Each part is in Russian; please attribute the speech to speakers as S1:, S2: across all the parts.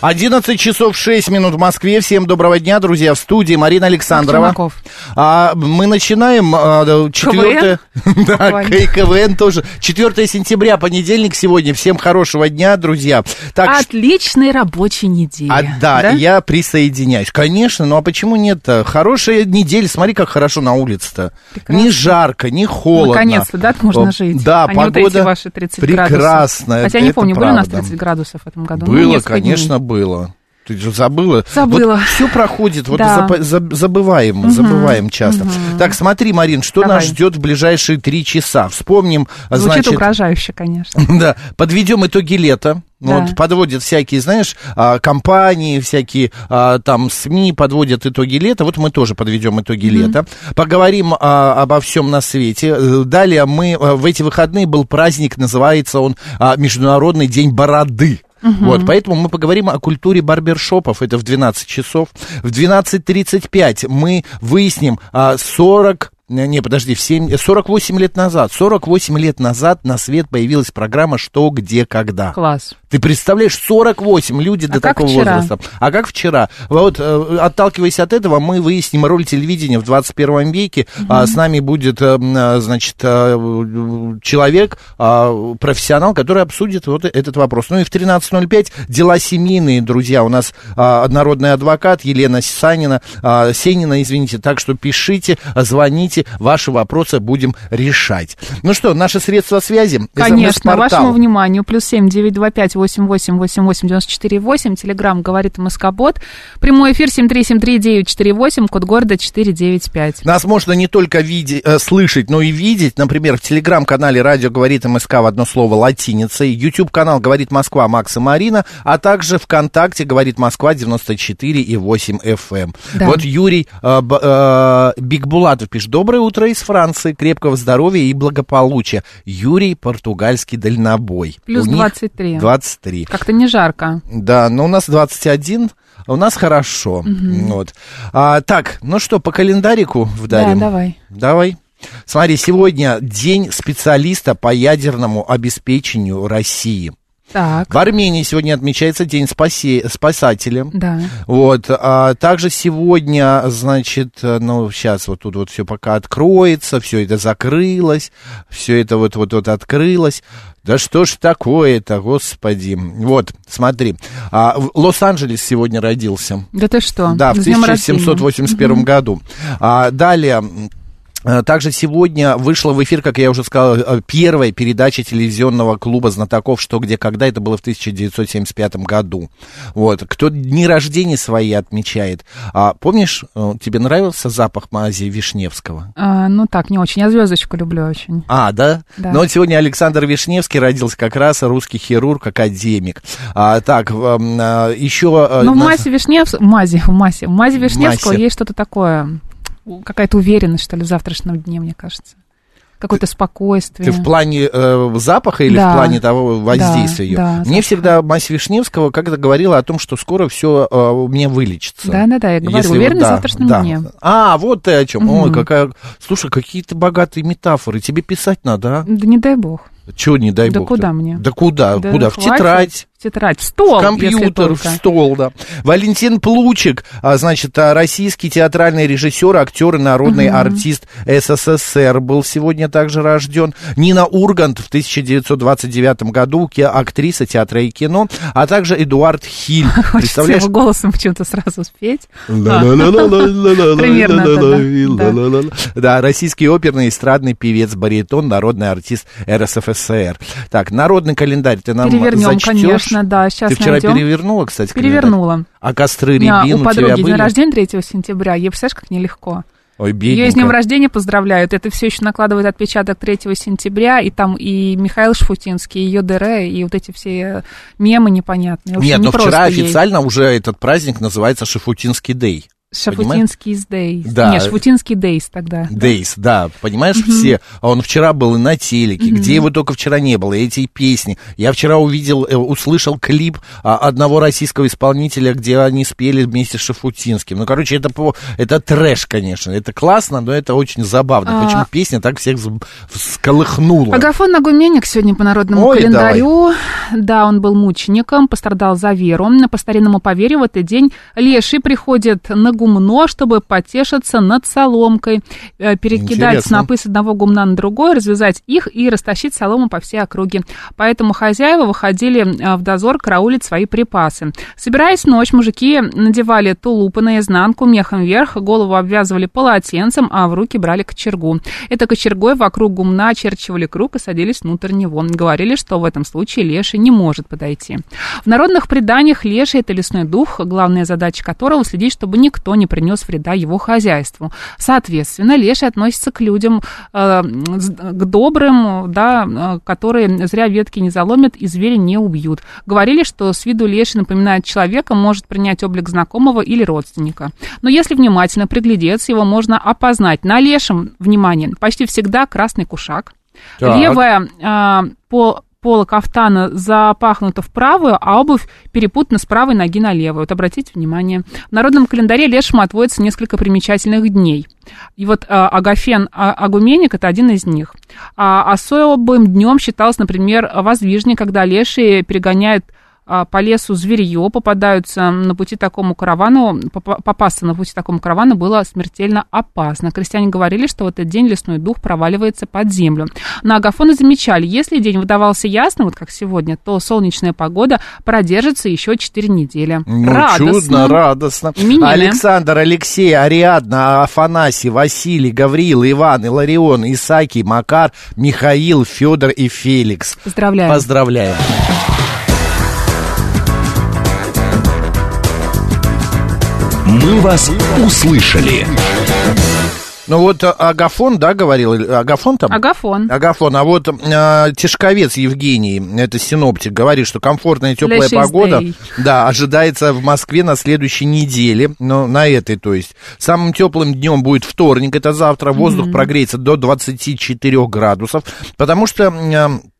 S1: 11 часов 6 минут в Москве. Всем доброго дня, друзья. В студии Марина Александрова.
S2: Максим Маков.
S1: А, мы начинаем а, 4... Да,
S2: Ладно.
S1: КВН тоже. 4 сентября, понедельник сегодня. Всем хорошего дня, друзья.
S2: А
S1: Так, что-
S2: Отличной рабочей недели.
S1: а, да, я присоединяюсь. Конечно, ну а почему нет-то? Хорошая неделя, смотри, как хорошо на улице-то.
S2: Прекрасно.
S1: Не жарко, не холодно.
S2: Наконец-то, да, можно
S1: О,
S2: жить.
S1: Да,
S2: а не
S1: погода
S2: вот эти ваши 30 градусов.
S1: прекрасная.
S2: Хотя я не
S1: это
S2: помню, были у нас
S1: правда.
S2: 30 градусов в этом году? Ну,
S1: Было,
S2: несколько дней.
S1: конечно, было. Ты же забыла?
S2: Забыла.
S1: все проходит, вот
S2: Да.
S1: запа- заб- забываем, забываем часто. Так, смотри, Марин, что
S2: Давай.
S1: нас ждет в ближайшие три часа? Вспомним,
S2: Звучит
S1: значит,
S2: угрожающе, конечно.
S1: да, подведем итоги лета.
S2: Да.
S1: Вот, подводят всякие, знаешь, а, компании, всякие а, там СМИ подводят итоги лета. Вот мы тоже подведем итоги лета. Поговорим а, обо всем на свете. Э, Далее мы а, в эти выходные был праздник, называется он а, Международный день бороды. Вот, поэтому мы поговорим о культуре барбершопов. Это в 12 часов. В 12.35 мы выясним а, 40 не, не, подожди, в семь- 48 лет назад. 48 лет назад на свет появилась программа «Что, где, когда».
S2: Класс.
S1: Ты представляешь, 48 люди до
S2: А как
S1: такого
S2: вчера?
S1: возраста. А как вчера? Вот, э, отталкиваясь от этого, мы выясним роль телевидения в 21 веке. А, с нами будет, э, м, э, значит, э, человек, а, профессионал, который обсудит вот этот вопрос. Ну и в 13.05 дела семейные, друзья. У нас а, однородный адвокат Елена Санина, а, Сенина, извините. Так что пишите, звоните, ваши вопросы будем решать. Ну что, наши средства связи.
S2: Конечно,
S1: SMS-портал.
S2: вашему вниманию. Плюс семь девять два пять восемь восемь восемь восемь девяносто четыре восемь. Телеграмм говорит Москобот. Прямой эфир семь три семь три девять четыре восемь. Код города четыре девять пять.
S1: Нас можно не только виде- э, слышать, но и видеть. Например, в телеграм-канале «Радио говорит МСК» в одно слово латиницей. YouTube-канал «Говорит Москва» Макс и Марина. А также ВКонтакте «Говорит Москва» 94 и 8 FM.
S2: Да.
S1: Вот Юрий э, Б- э, Бигбулатов пишет. Доброе утро из Франции. Крепкого здоровья и благополучия. Юрий португальский дальнобой.
S2: Плюс
S1: У них
S2: 23.
S1: 23.
S2: Как-то не жарко.
S1: Да, но у нас 21, а у нас хорошо. Вот. А, так, ну что, по календарику вдарим?
S2: Да, давай.
S1: Давай. Смотри, сегодня день специалиста по ядерному обеспечению России.
S2: Так,
S1: В Армении сегодня отмечается День спасе- спасателя.
S2: да.
S1: Вот, а также сегодня, значит, э, ну, сейчас вот тут вот все пока откроется, все это закрылось, все это вот вот вот открылось. Да что ж такое-то, господи. Вот, смотри, а, в- Лос-Анджелес сегодня родился.
S2: Да ты что?
S1: Да, в
S2: с днем рождения.
S1: 1781 году. А, далее. м, э, Также сегодня вышла в эфир, как я уже сказал, э, первая передача телевизионного клуба знатоков «Что, где, когда». Это было в 1975 году. Вот. Кто дни рождения свои отмечает. А, помнишь, э, тебе нравился запах мази Вишневского?
S2: А, ну так, не очень. Я звездочку люблю очень.
S1: А, да?
S2: Да.
S1: Ну вот сегодня Александр Вишневский родился как раз русский хирург, академик. А, так, э, еще...
S2: Но Ну, в массе Вишневского... Мазе, в массе. В мазе Вишневского
S1: Масе.
S2: есть что-то такое, у- какая-то уверенность, что ли, в завтрашнем дне, мне кажется. Какое-то спокойствие.
S1: Ты в плане э, запаха или
S2: Да.
S1: в плане того э,
S2: Да,
S1: воздействия ее?
S2: да,
S1: Мне
S2: запаха.
S1: всегда мать Вишневского как-то говорила о том, что скоро все у меня вылечится.
S2: Да-да-да, я говорю,
S1: Если вот-
S2: уверенность в
S1: да,
S2: завтрашнем
S1: да.
S2: дне.
S1: А, вот ты о чем. Ой, какая... Слушай, какие то богатые метафоры. Тебе писать надо,
S2: Да не дай бог.
S1: а? Чего не дай
S2: Да
S1: бог.
S2: куда мне?
S1: Да куда?
S2: Да ну,
S1: куда? В
S2: хватит.
S1: тетрадь.
S2: В тетрадь. В стол,
S1: В
S2: если
S1: компьютер, в
S2: только.
S1: стол, да. Валентин Плучик, а, значит, а, российский театральный режиссер, актер и народный артист СССР был сегодня также рожден. Нина Ургант в 1929 году, ки- актриса театра и кино, а также Эдуард Хиль.
S2: Хочется
S1: Представляешь?
S2: его голосом почему-то сразу спеть. Примерно это, да.
S1: Примерно Да, российский оперный эстрадный певец, баритон, народный артист РСФСР. Так, народный календарь ты нам
S2: Перевернем,
S1: зачтёшь?
S2: конечно, да, щас
S1: Ты вчера
S2: найдём.
S1: перевернула, кстати, календарь?
S2: Перевернула.
S1: А костры
S2: У меня
S1: рябин
S2: у
S1: у, тебя
S2: подруги
S1: были?
S2: день рождения 3 сентября. Ей, представляешь, как нелегко.
S1: Ой,
S2: Ее с днем
S1: бедненькая.
S2: рождения поздравляют. Это все еще накладывает отпечаток 3 сентября. И там и Михаил Шфутинский, и ее ДР, и вот эти все мемы непонятные. В общем,
S1: Нет, но
S2: непросто
S1: вчера
S2: ей.
S1: официально уже этот праздник называется Шафутинский дей.
S2: Шафутинский Дейс.
S1: Да.
S2: Нет, Шафутинский Дейс тогда.
S1: Дейс, да, понимаешь, все. А он вчера был и на телеке, где его только вчера не было, и эти песни. Я вчера увидел, э, услышал клип а, одного российского исполнителя, где они спели вместе с Шафутинским. Ну, короче, это, по- это трэш, конечно. Это классно, но это очень забавно.
S2: А.
S1: Почему песня так всех взб- всколыхнула?
S2: Агафон Нагуменник сегодня по народному
S1: Ой,
S2: календарю. Да, он был мучеником, пострадал за веру. По старинному поверью в этот день леший приходит на гумно, чтобы потешиться над соломкой, э, перекидать
S1: Интересно.
S2: снопы с одного гумна на другой, развязать их и растащить солому по всей округе. Поэтому хозяева выходили э, в дозор караулить свои припасы. Собираясь в ночь, мужики надевали тулупы наизнанку, мехом вверх, голову обвязывали полотенцем, а в руки брали кочергу. Это кочергой вокруг гумна очерчивали круг и садились внутрь него. Говорили, что в этом случае леший не может подойти. В народных преданиях леший – это лесной дух, главная задача которого – следить, чтобы никто не принес вреда его хозяйству. Соответственно, леший относится к людям, э, с- к добрым, да, э, которые зря ветки не заломят и звери не убьют. Говорили, что с виду леший напоминает человека, может принять облик знакомого или родственника. Но если внимательно приглядеться, его можно опознать. На лешем, внимание, почти всегда красный кушак.
S1: Так.
S2: Левая а, по поло кафтана запахнута в правую, а обувь перепутана с правой ноги на левую. Вот обратите внимание. В народном календаре лешему отводится несколько примечательных дней. И вот а, Агафен а, Агуменник – это один из них. А особым днем считался, например, воздвижник, когда лешие перегоняют а, по лесу зверье, попадаются на пути такому каравану, попа- попасться на пути такому каравану было смертельно опасно. Крестьяне говорили, что в этот день лесной дух проваливается под землю. На Агафона замечали, если день выдавался ясно, вот как сегодня, то солнечная погода продержится еще 4 недели.
S1: Ну, чудно, радостно.
S2: Именины.
S1: Александр, Алексей, Ариадна, Афанасий, Василий, Гавриил, Иван, Иларион, Исаки, Макар, Михаил, Федор и Феликс.
S2: Поздравляю.
S1: Поздравляем.
S3: «Мы вас услышали».
S1: Ну вот а, Агафон, да, говорил? или Агафон там?
S2: Агафон.
S1: Агафон, а вот э, Тишковец Евгений, это синоптик, говорит, что комфортная теплая
S2: Для
S1: погода
S2: шестей.
S1: да, ожидается в Москве на следующей неделе, ну, на этой, то есть. Самым теплым днем будет вторник, это завтра, воздух прогреется до 24 градусов, потому что... м, а,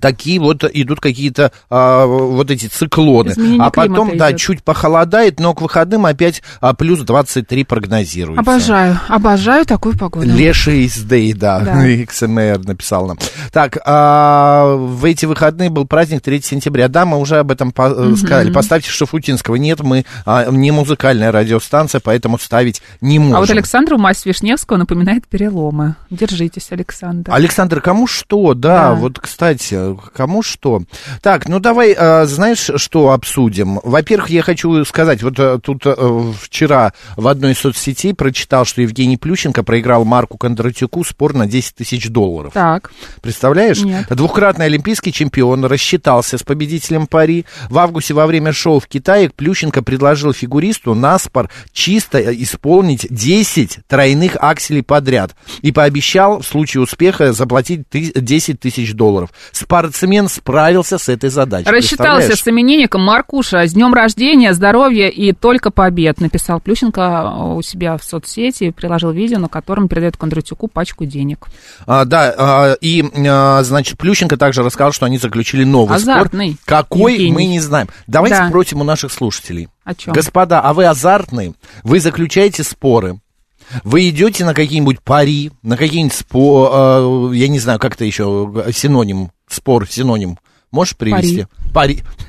S1: Такие вот идут какие-то а, вот эти циклоны.
S2: Изменение
S1: а потом,
S2: климата
S1: да,
S2: идет.
S1: чуть похолодает, но к выходным опять а, плюс 23 прогнозируется.
S2: Обожаю, обожаю такую погоду.
S1: Леший из Ну, Дэй, да,
S2: Да.
S1: XMR Эм написал нам. Так, а, в эти выходные был праздник 3 сентября. Да, мы уже об этом по- э, сказали. Поставьте Шафутинского. Нет, мы а, не музыкальная радиостанция, поэтому ставить не можем.
S2: А вот Александру мать Вишневского напоминает переломы. Держитесь, Александр.
S1: Александр, кому что, да,
S2: Да.
S1: вот, кстати, кому что. Так, ну давай, э, знаешь, что обсудим? Во-первых, я хочу сказать, вот э, тут э, вчера в одной из соцсетей прочитал, что Евгений Плющенко проиграл Марку Кондратюку спор на 10 тысяч долларов.
S2: Так,
S1: Представляешь?
S2: Нет.
S1: Двухкратный олимпийский чемпион рассчитался с победителем пари. В августе во время шоу в Китае Плющенко предложил фигуристу на спор чисто исполнить 10 тройных акселей подряд и пообещал в случае успеха заплатить ты- 10 тысяч долларов. Спортсмен справился с этой задачей.
S2: рассчитался
S1: Представляешь?
S2: с именинником Маркуша. С днем рождения, здоровья и только побед, написал Плющенко у себя в соцсети, приложил видео, на котором передает Кондратюку пачку денег.
S1: А, да, а, и, а, значит, Плющенко также рассказал, что они заключили новый
S2: Азартный,
S1: спор. Какой,
S2: Евгений.
S1: мы не знаем. Давайте
S2: Да.
S1: спросим у наших слушателей.
S2: О чем?
S1: Господа, а вы азартные? Вы заключаете споры? Вы идете на какие-нибудь пари, на какие-нибудь спо... э, я не знаю, как это еще, э, синоним, спор, синоним. Можешь привести? Пари.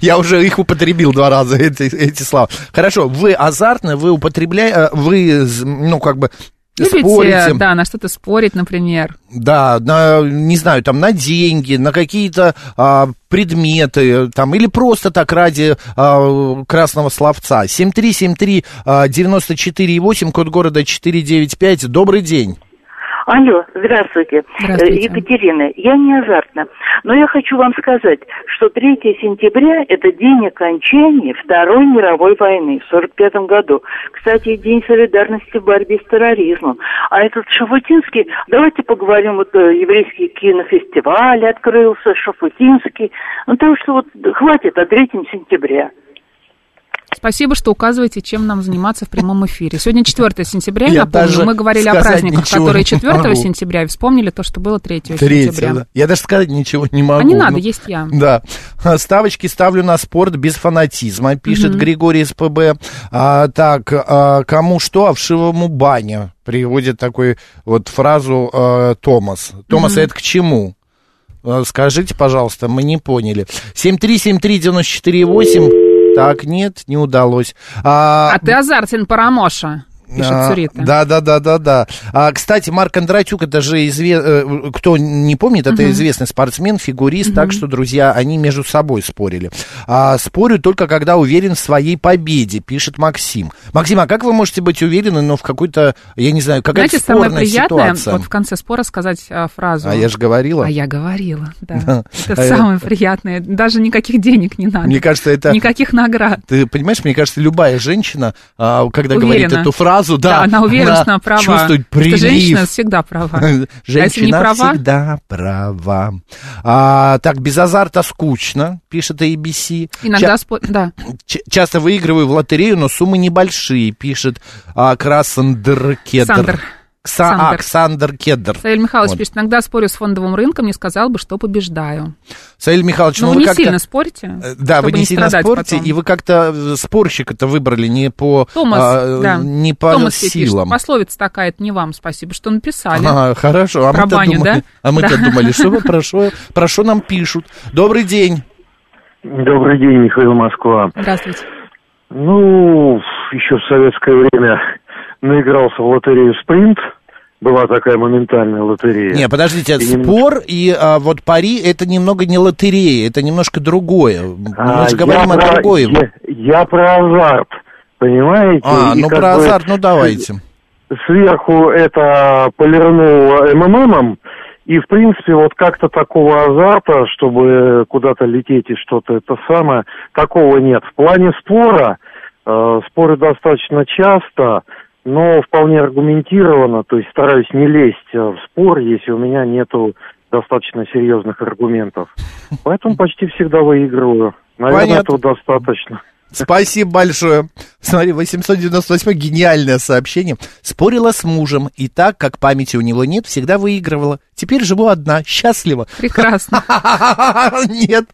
S1: Я уже их употребил два раза, эти, эти слова. Хорошо, вы азартны, вы употребляете, вы, з- ну, как бы,
S2: Любите,
S1: спорите.
S2: да, на что-то спорить, например.
S1: Да, на, не знаю, там, на деньги, на какие-то а, предметы, там, или просто так ради а, красного словца. 7373 а, 94,8, код города 495. Добрый день.
S4: Алло, здравствуйте.
S2: Здравствуйте.
S4: Э, Екатерина, я не азартна, но я хочу вам сказать, что 3 сентября – это день окончания Второй мировой войны в 1945 году. Кстати, День солидарности в борьбе с терроризмом. А этот Шафутинский, давайте поговорим, вот э, еврейский кинофестиваль открылся, Шафутинский. Ну, так что вот хватит о 3 сентября.
S2: Спасибо, что указываете, чем нам заниматься в прямом эфире. Сегодня 4 сентября, я
S1: Я
S2: напомню,
S1: даже
S2: мы говорили о
S1: сказать
S2: праздниках,
S1: ничего
S2: которые
S1: не
S2: 4
S1: могу.
S2: сентября, и вспомнили то, что было 3
S1: Третье,
S2: сентября.
S1: да. Я даже сказать ничего не могу.
S2: А не надо,
S1: Ну,
S2: есть я.
S1: Да. А, Ставочки ставлю на спорт без фанатизма, пишет Григорий из ПБ. А, так, а, кому что, а вшивому баня. Приводит такую вот фразу э, Томас. Томас, а это к чему? Э, Скажите, пожалуйста, мы не поняли. 7373948. Так, нет, не удалось.
S2: А ты азартен, Парамоша, пишет
S1: а,
S2: Цурита.
S1: Да, да, да, да, да. А, кстати, Марк Кондратюк, это же известный, кто не помнит, это известный спортсмен, фигурист, так что, друзья, они между собой спорили. А, спорю только когда уверен в своей победе, пишет Максим. Максим, а как вы можете быть уверены, но в какой-то, я не знаю, какая-то
S2: Знаете, самое
S1: спорная
S2: приятное,
S1: ситуация?
S2: вот в конце спора сказать а, фразу.
S1: А я же говорила.
S2: А я говорила, да. Это
S1: А я-
S2: самое приятное. Даже никаких денег не надо.
S1: Мне кажется, это...
S2: Никаких наград.
S1: Ты понимаешь, мне кажется, любая женщина, а, когда говорит
S2: Уверена.
S1: эту фразу, да,
S2: она уверена, что она права.
S1: чувствует
S2: Потому что
S1: прилив.
S2: женщина всегда права. а если не
S1: Женщина
S2: права,
S1: всегда права. А, так, без азарта скучно, пишет ABC.
S2: иногда спор... Да.
S1: Ча- ч- часто выигрываю в лотерею, но суммы небольшие, пишет а, Красандр Кедр.
S2: Сандер.
S1: Кса- а,
S2: Сандер.
S1: Ксандр Кедр.
S2: Савель Михайлович
S1: Вот.
S2: пишет, иногда спорю с фондовым рынком, не сказал бы, что побеждаю.
S1: Саиль Михайлович,
S2: Ну,
S1: ну,
S2: вы не
S1: как-то...
S2: сильно спорите,
S1: Э, Да,
S2: чтобы
S1: вы не сильно
S2: страдать
S1: спорите,
S2: потом.
S1: и вы как-то э, спорщика-то выбрали не по,
S2: Томас,
S1: а, э,
S2: да.
S1: не по
S2: Томас тебе пишет,
S1: силам.
S2: пословица такая, это не вам, спасибо, что написали.
S1: А, хорошо, а
S2: Про
S1: мы-то
S2: баню,
S1: думали,
S2: да?
S1: а мы-то
S2: Да.
S1: думали, что вы про шо- про шо нам пишут. Добрый день.
S5: Добрый день, Михаил Москва.
S2: Здравствуйте.
S5: Ну, еще в советское время наигрался в лотерею «Спринт». Была такая моментальная лотерея.
S1: Не, подождите,
S5: И немножко-
S1: спор и а, вот пари это немного не лотерея, это немножко другое.
S5: А,
S1: Мы же говорим
S5: я
S1: о
S5: про-
S1: другой.
S5: Я, я про азарт, понимаете?
S1: А,
S5: И
S1: ну
S5: как
S1: про
S5: бы
S1: азарт, ну давайте.
S5: Сверху это полирнуло МММом, и, в принципе, вот как-то такого азарта, чтобы куда-то лететь и что-то это самое, такого нет. В плане спора, э, споры достаточно часто, но вполне аргументированно, то есть стараюсь не лезть э, в спор, если у меня нету достаточно серьезных аргументов. Поэтому почти всегда выигрываю. Наверное,
S1: Понятно.
S5: этого достаточно.
S1: Спасибо большое. Смотри, 898 гениальное сообщение. Спорила с мужем, и так как памяти у него нет, всегда выигрывала. Теперь живу одна, счастлива.
S2: Прекрасно.
S1: Нет,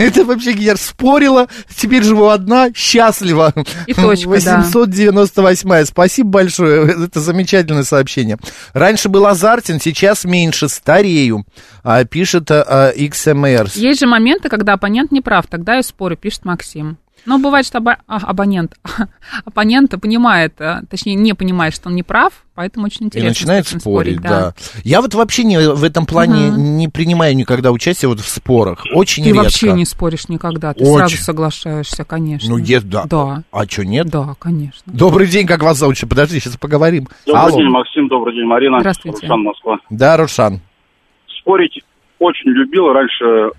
S1: это вообще гениально. Спорила, теперь живу одна, счастлива.
S2: И точка, да.
S1: 898 Спасибо большое, это замечательное сообщение. Раньше был азартен, сейчас меньше, старею, а, пишет а, XMR.
S2: Есть же моменты, когда оппонент не прав, тогда я спорю, пишет Максим. Но бывает, что оба- а, абонент, оппонента понимает, а, точнее, не понимает, что он не прав, поэтому очень
S1: И
S2: интересно. с
S1: начинает
S2: таким
S1: спорить, да. Я вот вообще не, в этом плане не принимаю никогда участие вот в спорах. Очень
S2: Ты
S1: редко.
S2: вообще не споришь никогда, ты
S1: Очень.
S2: сразу соглашаешься, конечно.
S1: Ну, есть, да.
S2: Да,
S1: А что, нет?
S2: да, конечно.
S1: Добрый день, как вас зовут? Щас Подожди, сейчас поговорим.
S6: Добрый
S1: Алло.
S6: день, Максим, добрый день, Марина.
S2: Здравствуйте.
S6: Руслан, Москва.
S1: Да, Рушан.
S6: Спорить очень любил. Раньше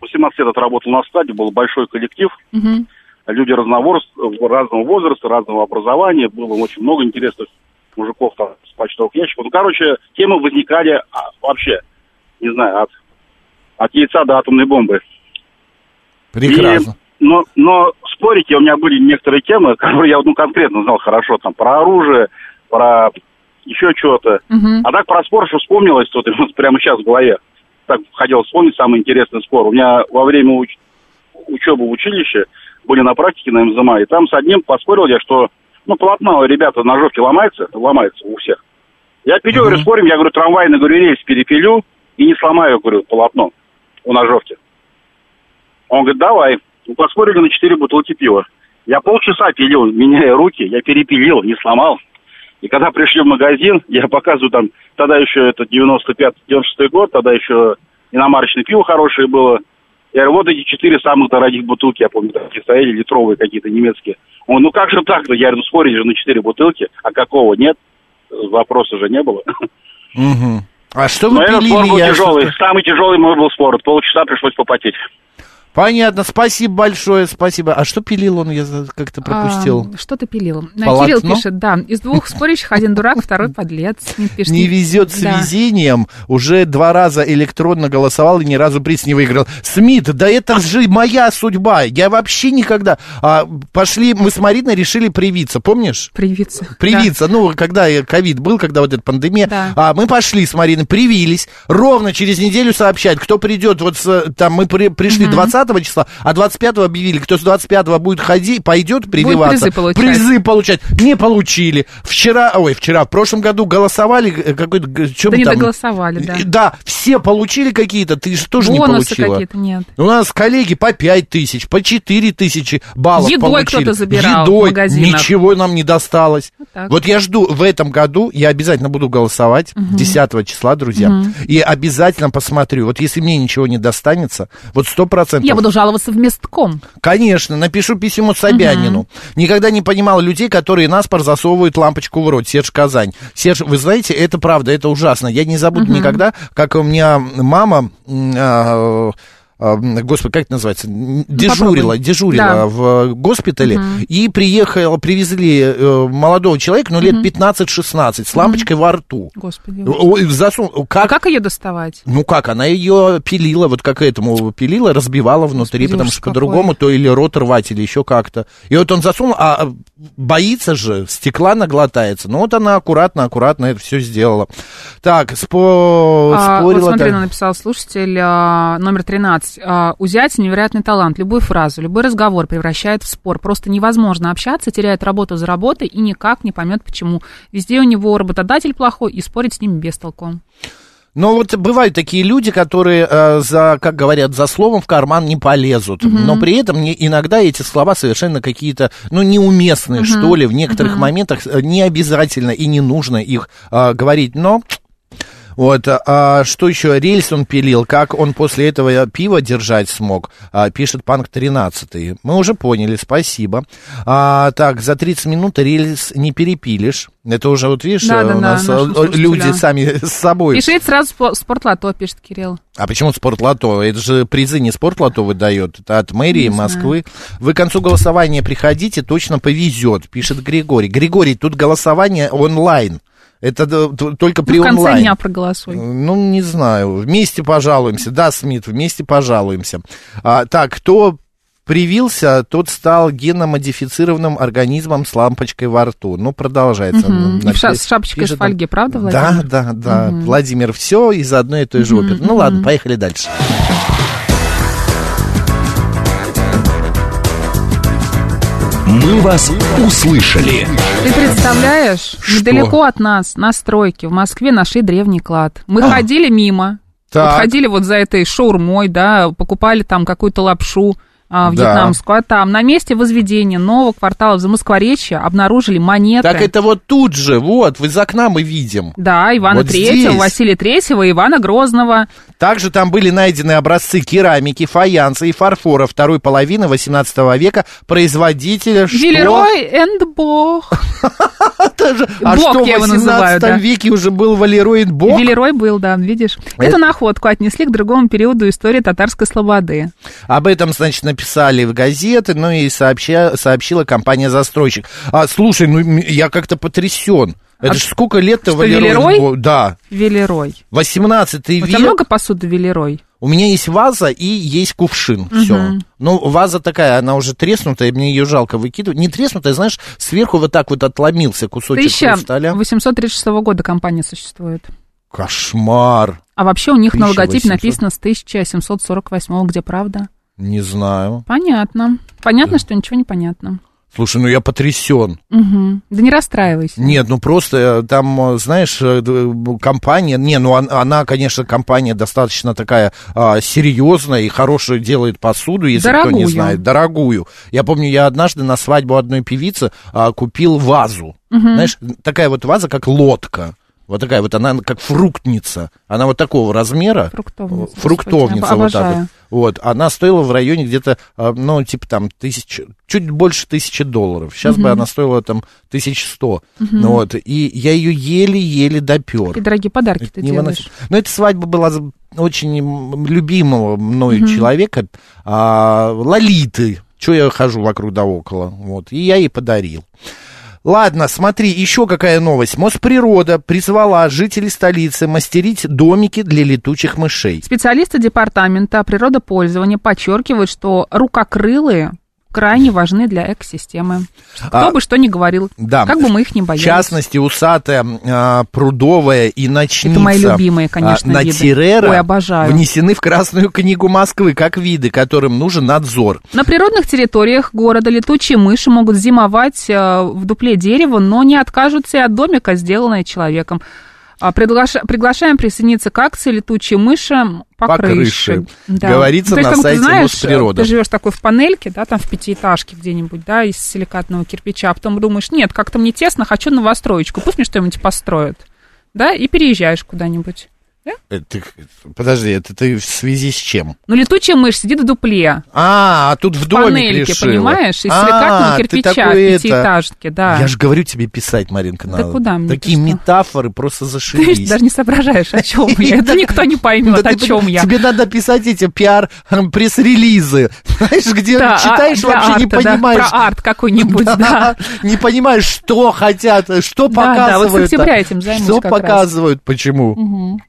S6: 18 лет отработал на стадии, был большой коллектив.
S2: Мгм.
S6: Люди разновоз- разного возраста, разного образования. Было очень много интересных мужиков там, с почтовых ящиков. Ну, короче, темы возникали а, вообще, не знаю, от, от яйца до атомной бомбы.
S1: Прекрасно.
S6: И, но, но спорить у меня были некоторые темы, которые я ну, конкретно знал хорошо, там, про оружие, про еще что-то.
S2: Мгм.
S6: А так про спор, что вспомнилось, вот, вот прямо сейчас в голове. Так хотел вспомнить самый интересный спор. У меня во время уч- учебы в училище были на практике на МЗМА, и там с одним поспорил я, что ну, полотно, ребята, ножовки ломаются, ломаются у всех. Я пилю, говорю, спорим, я говорю, трамвайный, говорю, рельс перепилю и не сломаю, говорю, полотно у ножовки. Он говорит, давай. Мы поспорили на четыре бутылки пива. Я полчаса пилил, меняя руки, я перепилил, не сломал. И когда пришли в магазин, я показываю там, тогда еще это 95-96 год, тогда еще иномарочное пиво хорошее было. Я говорю, вот эти четыре самых дорогих бутылки, я помню, такие стояли, литровые какие-то немецкие. Он, ну как же так-то? Я говорю, ну спорить же на четыре бутылки, а какого нет? Вопроса же не было.
S1: Угу. А что вы
S6: Но этот спор был
S1: пилили? я
S6: тяжелый.
S1: что-то-
S6: Самый тяжелый мой был спор. Полчаса пришлось попотеть.
S1: Понятно, спасибо большое, спасибо. А что пилил он, я за- как-то пропустил?
S2: А, что ты пилил? Ну,
S1: Полотно?
S2: Кирилл пишет, да, из двух спорящих один дурак, второй подлец. Не, пишет,
S1: Не везет с
S2: да.
S1: везением, уже два раза электронно голосовал и ни разу приз не выиграл. Смит, да это же моя судьба, я вообще никогда... А, пошли, мы с Мариной решили привиться, помнишь?
S2: Привиться.
S1: Привиться, ну, когда э, ковид был, когда вот эта пандемия,
S2: Да.
S1: а, мы пошли с Мариной, привились, ровно через неделю сообщают, кто придет, вот с, э, там мы при- пришли 20 числа, а 25 объявили, кто с 25 будет ходить, пойдет прививаться.
S2: призы получать.
S1: Призы получать. Не получили. Вчера, ой, вчера, в прошлом году голосовали э, какой-то, г-
S2: Да
S1: чё мы
S2: не
S1: там?
S2: доголосовали, да.
S1: Э, Да, все получили какие-то, ты же тоже не
S2: Бонусы
S1: получила.
S2: какие-то, нет.
S1: У нас коллеги по 5 тысяч, по 4 тысячи баллов
S2: Едой
S1: получили.
S2: кто-то забирал в
S1: Едой,
S2: магазинах.
S1: ничего нам не досталось. Вот,
S2: так.
S1: я жду в этом году, я обязательно буду голосовать 10 числа, друзья, и обязательно посмотрю. Вот если мне ничего не достанется, вот 100%.
S2: Я буду жаловаться в местком.
S1: Конечно, напишу письмо Собянину. Никогда не понимал людей, которые наспор засовывают лампочку в рот. Серж Казань. Серж, вы знаете, это правда, это ужасно. Я не забуду никогда, как у меня мама... м, а, а, Господи, как это называется? М, Дежурила,
S2: попробуй.
S1: дежурила
S2: Да.
S1: в госпитале и приехал, привезли э, молодого человека, ну лет 15-16, с лампочкой во рту.
S2: Господи.
S1: Ой, засун-
S2: А
S1: Как
S2: как ее доставать?
S1: ну как, она ее пилила, вот как этому пилила, разбивала
S2: Господи,
S1: внутри, потому
S2: ужас
S1: что по-другому
S2: какой.
S1: то или рот рвать, или еще как-то. И вот он засунул, а а, боится же, стекла наглотается. Ну вот она аккуратно-аккуратно это все сделала. Так, спо-
S2: А, вот
S1: спорила.
S2: смотри,
S1: да.
S2: нам написал слушатель а, номер 13. А, у зятя невероятный талант. Любую фразу, любой разговор превращает в спор. Просто невозможно общаться, теряет работу за работой и никак не поймет, почему. Везде у него работодатель плохой, и спорить с ним без толку.
S1: Но вот бывают такие люди, которые э, за, как говорят, за словом в карман не полезут. Но при этом не- иногда эти слова совершенно какие-то, ну, неуместные, что ли, в некоторых моментах э, не обязательно и не нужно их э, говорить. Но вот, а, а что еще? Рельс он пилил, как он после этого пива держать смог, а, пишет Панк 13. Мы уже поняли, спасибо. А, так, за 30 минут рельс не перепилишь. Это уже, вот видишь,
S2: Да,
S1: э,
S2: да, да,
S1: у нас э,
S2: наши
S1: э, люди
S2: слушатели.
S1: сами с собой.
S2: Пишет сразу спо- спортлото, пишет Кирилл.
S1: А почему спортлото? Это же призы не спортлото выдает, это от мэрии Москвы. Вы к концу голосования приходите, точно повезет, пишет Григорий. Григорий, тут голосование онлайн. Это да, т- только при
S2: Ну, в конце
S1: онлайн.
S2: дня проголосуй.
S1: Ну, не знаю. Вместе пожалуемся. Да, Смит, вместе пожалуемся. А, так, кто привился, тот стал геномодифицированным организмом с лампочкой во рту. Ну, продолжается.
S2: Мгм. И в ша-
S1: Напи-
S2: с шапочкой из
S1: пишет-
S2: фольги, правда,
S1: Да,
S2: Владимир?
S1: да, да. Владимир, все из одной и той же оперы. Ну ладно, поехали дальше.
S3: «Мы вас услышали».
S2: Ты представляешь, недалеко от нас, на стройке, в Москве нашли древний клад. Мы ходили мимо,
S1: А. Так.
S2: вот ходили вот за этой шаурмой, да, покупали там какую-то лапшу а,
S1: Да.
S2: вьетнамскую, а там на месте возведения нового квартала в Замоскворечье обнаружили монеты.
S1: Так это вот тут же, вот, из окна мы видим.
S2: Да, Ивана
S1: Вот
S2: Третьего,
S1: здесь.
S2: Василия Третьего, Ивана Грозного.
S1: Также там были найдены образцы керамики, фаянса и фарфора второй половины 18 века производителя... что?
S2: Велерой энд Бог.
S1: Это же- а
S2: Бог
S1: что,
S2: я его
S1: в 18
S2: называю, да.
S1: веке уже был Валероид Бог?
S2: Велерой был, да, видишь. Эту находку отнесли к другому периоду истории татарской слободы.
S1: Об этом, значит, написали в газеты, ну и сообща- сообщила компания-застройщик. А, слушай, ну м- я как-то потрясен. Это
S2: А
S1: ж сколько лет-то
S2: что,
S1: Валероид
S2: Велерой?
S1: Бог? Да.
S2: Велерой.
S1: 18
S2: У
S1: век.
S2: тебя много посуды Велерой?
S1: У меня есть ваза и есть кувшин. Все. Ну, ваза такая, она уже треснутая, мне ее жалко выкидывать. Не треснутая, знаешь, сверху вот так вот отломился кусочек хрусталя.
S2: 1836 года компания существует.
S1: Кошмар.
S2: А вообще у них на логотипе
S1: 1800.
S2: написано с 1748, где правда?
S1: Не знаю.
S2: Понятно. Понятно, что ничего не понятно.
S1: Слушай, ну я потрясен.
S2: Мгм. Да не расстраивайся.
S1: Нет, ну просто э, там, э, знаешь, э, д- э, компания, не, ну он- она, конечно, компания достаточно такая а, серьезная и хорошую делает посуду, если кто не
S2: Дорогую.
S1: знает, дорогую. Я помню, я однажды на свадьбу одной певицы а, купил вазу. Знаешь, такая вот ваза, как лодка. Вот такая вот, она как фруктница. Она вот такого размера.
S2: Фруктовница,
S1: Фруктовница
S2: господи,
S1: вот так
S2: обожаю.
S1: вот. Вот, она стоила в районе где-то, э, ну, типа там тысяч, чуть больше тысячи долларов. Сейчас бы
S2: Мгм.
S1: она стоила там тысяч сто. Ну
S2: Мгм.
S1: Вот, и я ее еле-еле допер.
S2: И дорогие подарки ты
S1: Невыносимо.
S2: делаешь.
S1: Но Ну, эта свадьба была за- очень м, любимого мною
S2: Мгм.
S1: человека, а, Лолиты. Че я хожу вокруг да около. Вот, и я ей подарил. Ладно, смотри, еще какая новость. Мосприрода призвала жителей столицы мастерить домики для летучих мышей.
S2: Специалисты департамента природопользования подчеркивают, что рукокрылые крайне важны для экосистемы. Кто
S1: А,
S2: бы что ни говорил,
S1: да.
S2: как бы мы их ни
S1: В
S2: боялись.
S1: частности, усатая, а, прудовая и ночница
S2: Это мои любимые, конечно,
S1: а, на
S2: виды.
S1: Тирера
S2: Ой, обожаю.
S1: внесены в Красную книгу Москвы как виды, которым нужен надзор.
S2: На природных территориях города летучие мыши могут зимовать э, в дупле дерева, но не откажутся и от домика, сделанного человеком. А, приглаша- приглашаем присоединиться к акции «Летучие мыши по,
S1: По
S2: крыше». Ну,
S1: крыше. Говорится
S2: То есть,
S1: на
S2: как бы
S1: сайте
S2: ты знаешь,
S1: Мосприрода.
S2: Ты живешь такой в панельке, да, там в пятиэтажке где-нибудь, да, из силикатного кирпича, а потом думаешь, нет, как-то мне тесно, хочу новостроечку, пусть мне что-нибудь построят, да, и переезжаешь куда-нибудь.
S1: Э, ты- подожди, это ты в связи с чем?
S2: Но летучая мышь сидит в дупле,
S1: А, а тут в доме
S2: панельки,
S1: решила.
S2: понимаешь, из
S1: А,
S2: силикатного
S1: ты
S2: кирпича,
S1: такой это-
S2: пятиэтажки, да.
S1: Я же говорю тебе писать, Маринка,
S2: Да
S1: надо.
S2: куда мне,
S1: Такие
S2: ты что?
S1: метафоры просто
S2: Ты видишь,
S1: зашибись.
S2: даже не соображаешь, о чем я. Это никто не поймет,
S1: Да
S2: о
S1: ты
S2: чем
S1: пони-
S2: я.
S1: Тебе надо писать эти пиар м, пресс-релизы, знаешь, где
S2: Да, а-
S1: читаешь
S2: для
S1: вообще не
S2: арта, да,
S1: понимаешь.
S2: Про арт какой-нибудь, да.
S1: Не понимаешь, что хотят, что
S2: Да, да, вот с
S1: показывают.
S2: октября этим займусь
S1: Что
S2: как раз.
S1: показывают, почему.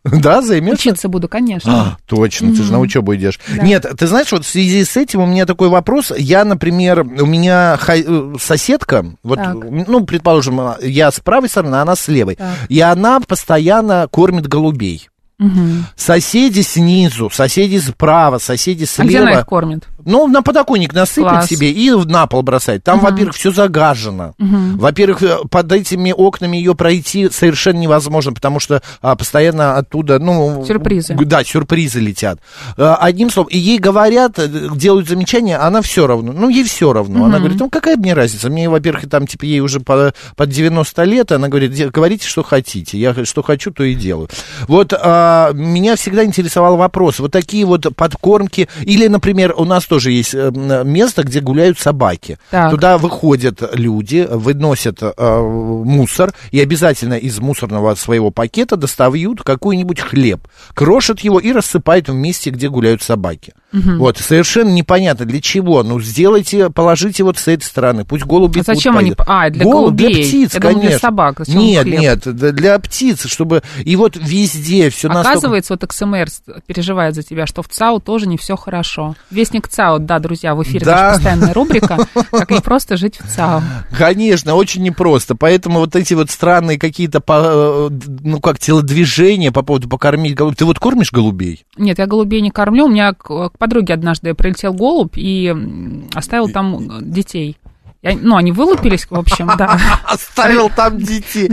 S2: Мгм.
S1: Да, займешься?
S2: Учиться буду, конечно.
S1: А, точно, ты же на учебу идешь. Нет, ты знаешь, вот в связи с этим у меня такой вопрос. Я, например, у меня хай- э, соседка, вот,
S2: Так.
S1: ну, предположим, а, я с правой стороны, а она с левой.
S2: Так.
S1: И она постоянно кормит голубей.
S2: Мгм.
S1: Соседи снизу, соседи справа, соседи
S2: А где
S1: слева.
S2: она их кормит?
S1: Ну, на подоконник насыпет
S2: Класс.
S1: себе и на пол бросает. Там, во-первых, все загажено. Во-первых, э, под этими окнами ее пройти совершенно невозможно, потому что а, постоянно оттуда, ну...
S2: Сюрпризы.
S1: г- Да, сюрпризы летят. Э, Одним словом, и ей говорят, э, делают замечания, она все равно. Ну, ей все равно. Она говорит, ну, какая мне разница? Мне, во-первых, там, типа, ей уже по- под 90 лет, она говорит, «Де- говорите, что хотите. Я что хочу, то и делаю. Вот а, меня всегда интересовал вопрос. Вот такие вот подкормки, или, например, у нас тоже есть э, м, место, где гуляют собаки.
S2: Так.
S1: Туда выходят люди, выносят э, мусор, и обязательно из мусорного своего пакета достают какой-нибудь хлеб, крошат его и рассыпают в месте, где гуляют собаки. Вот, совершенно непонятно для чего. Ну, сделайте, положите вот с этой стороны, пусть
S2: А
S1: голуби тут
S2: зачем они-
S1: поедут.
S2: а, для
S1: Для
S2: голубей.
S1: птиц,
S2: Я думала,
S1: конечно.
S2: для собак. Зачем
S1: нет,
S2: хлеб?
S1: нет, да, для птиц, чтобы... И вот везде все настолько...
S2: Оказывается, вот XMR с- переживает за тебя, что в ЦАУ тоже не все хорошо. Вестник ЦАУ, да, друзья, в эфире
S1: Да.
S2: наша постоянная рубрика «Как не просто жить в ЦАУ».
S1: Конечно, очень непросто. Поэтому вот эти вот странные какие-то, по- э, ну как, телодвижения по поводу покормить голубей. Ты вот кормишь голубей?
S2: Нет, я голубей не кормлю. У меня к, к подруге однажды прилетел голубь и м, оставил там э, детей. Я- ну, они вылупились, в общем, да.
S1: А, Оставил там детей.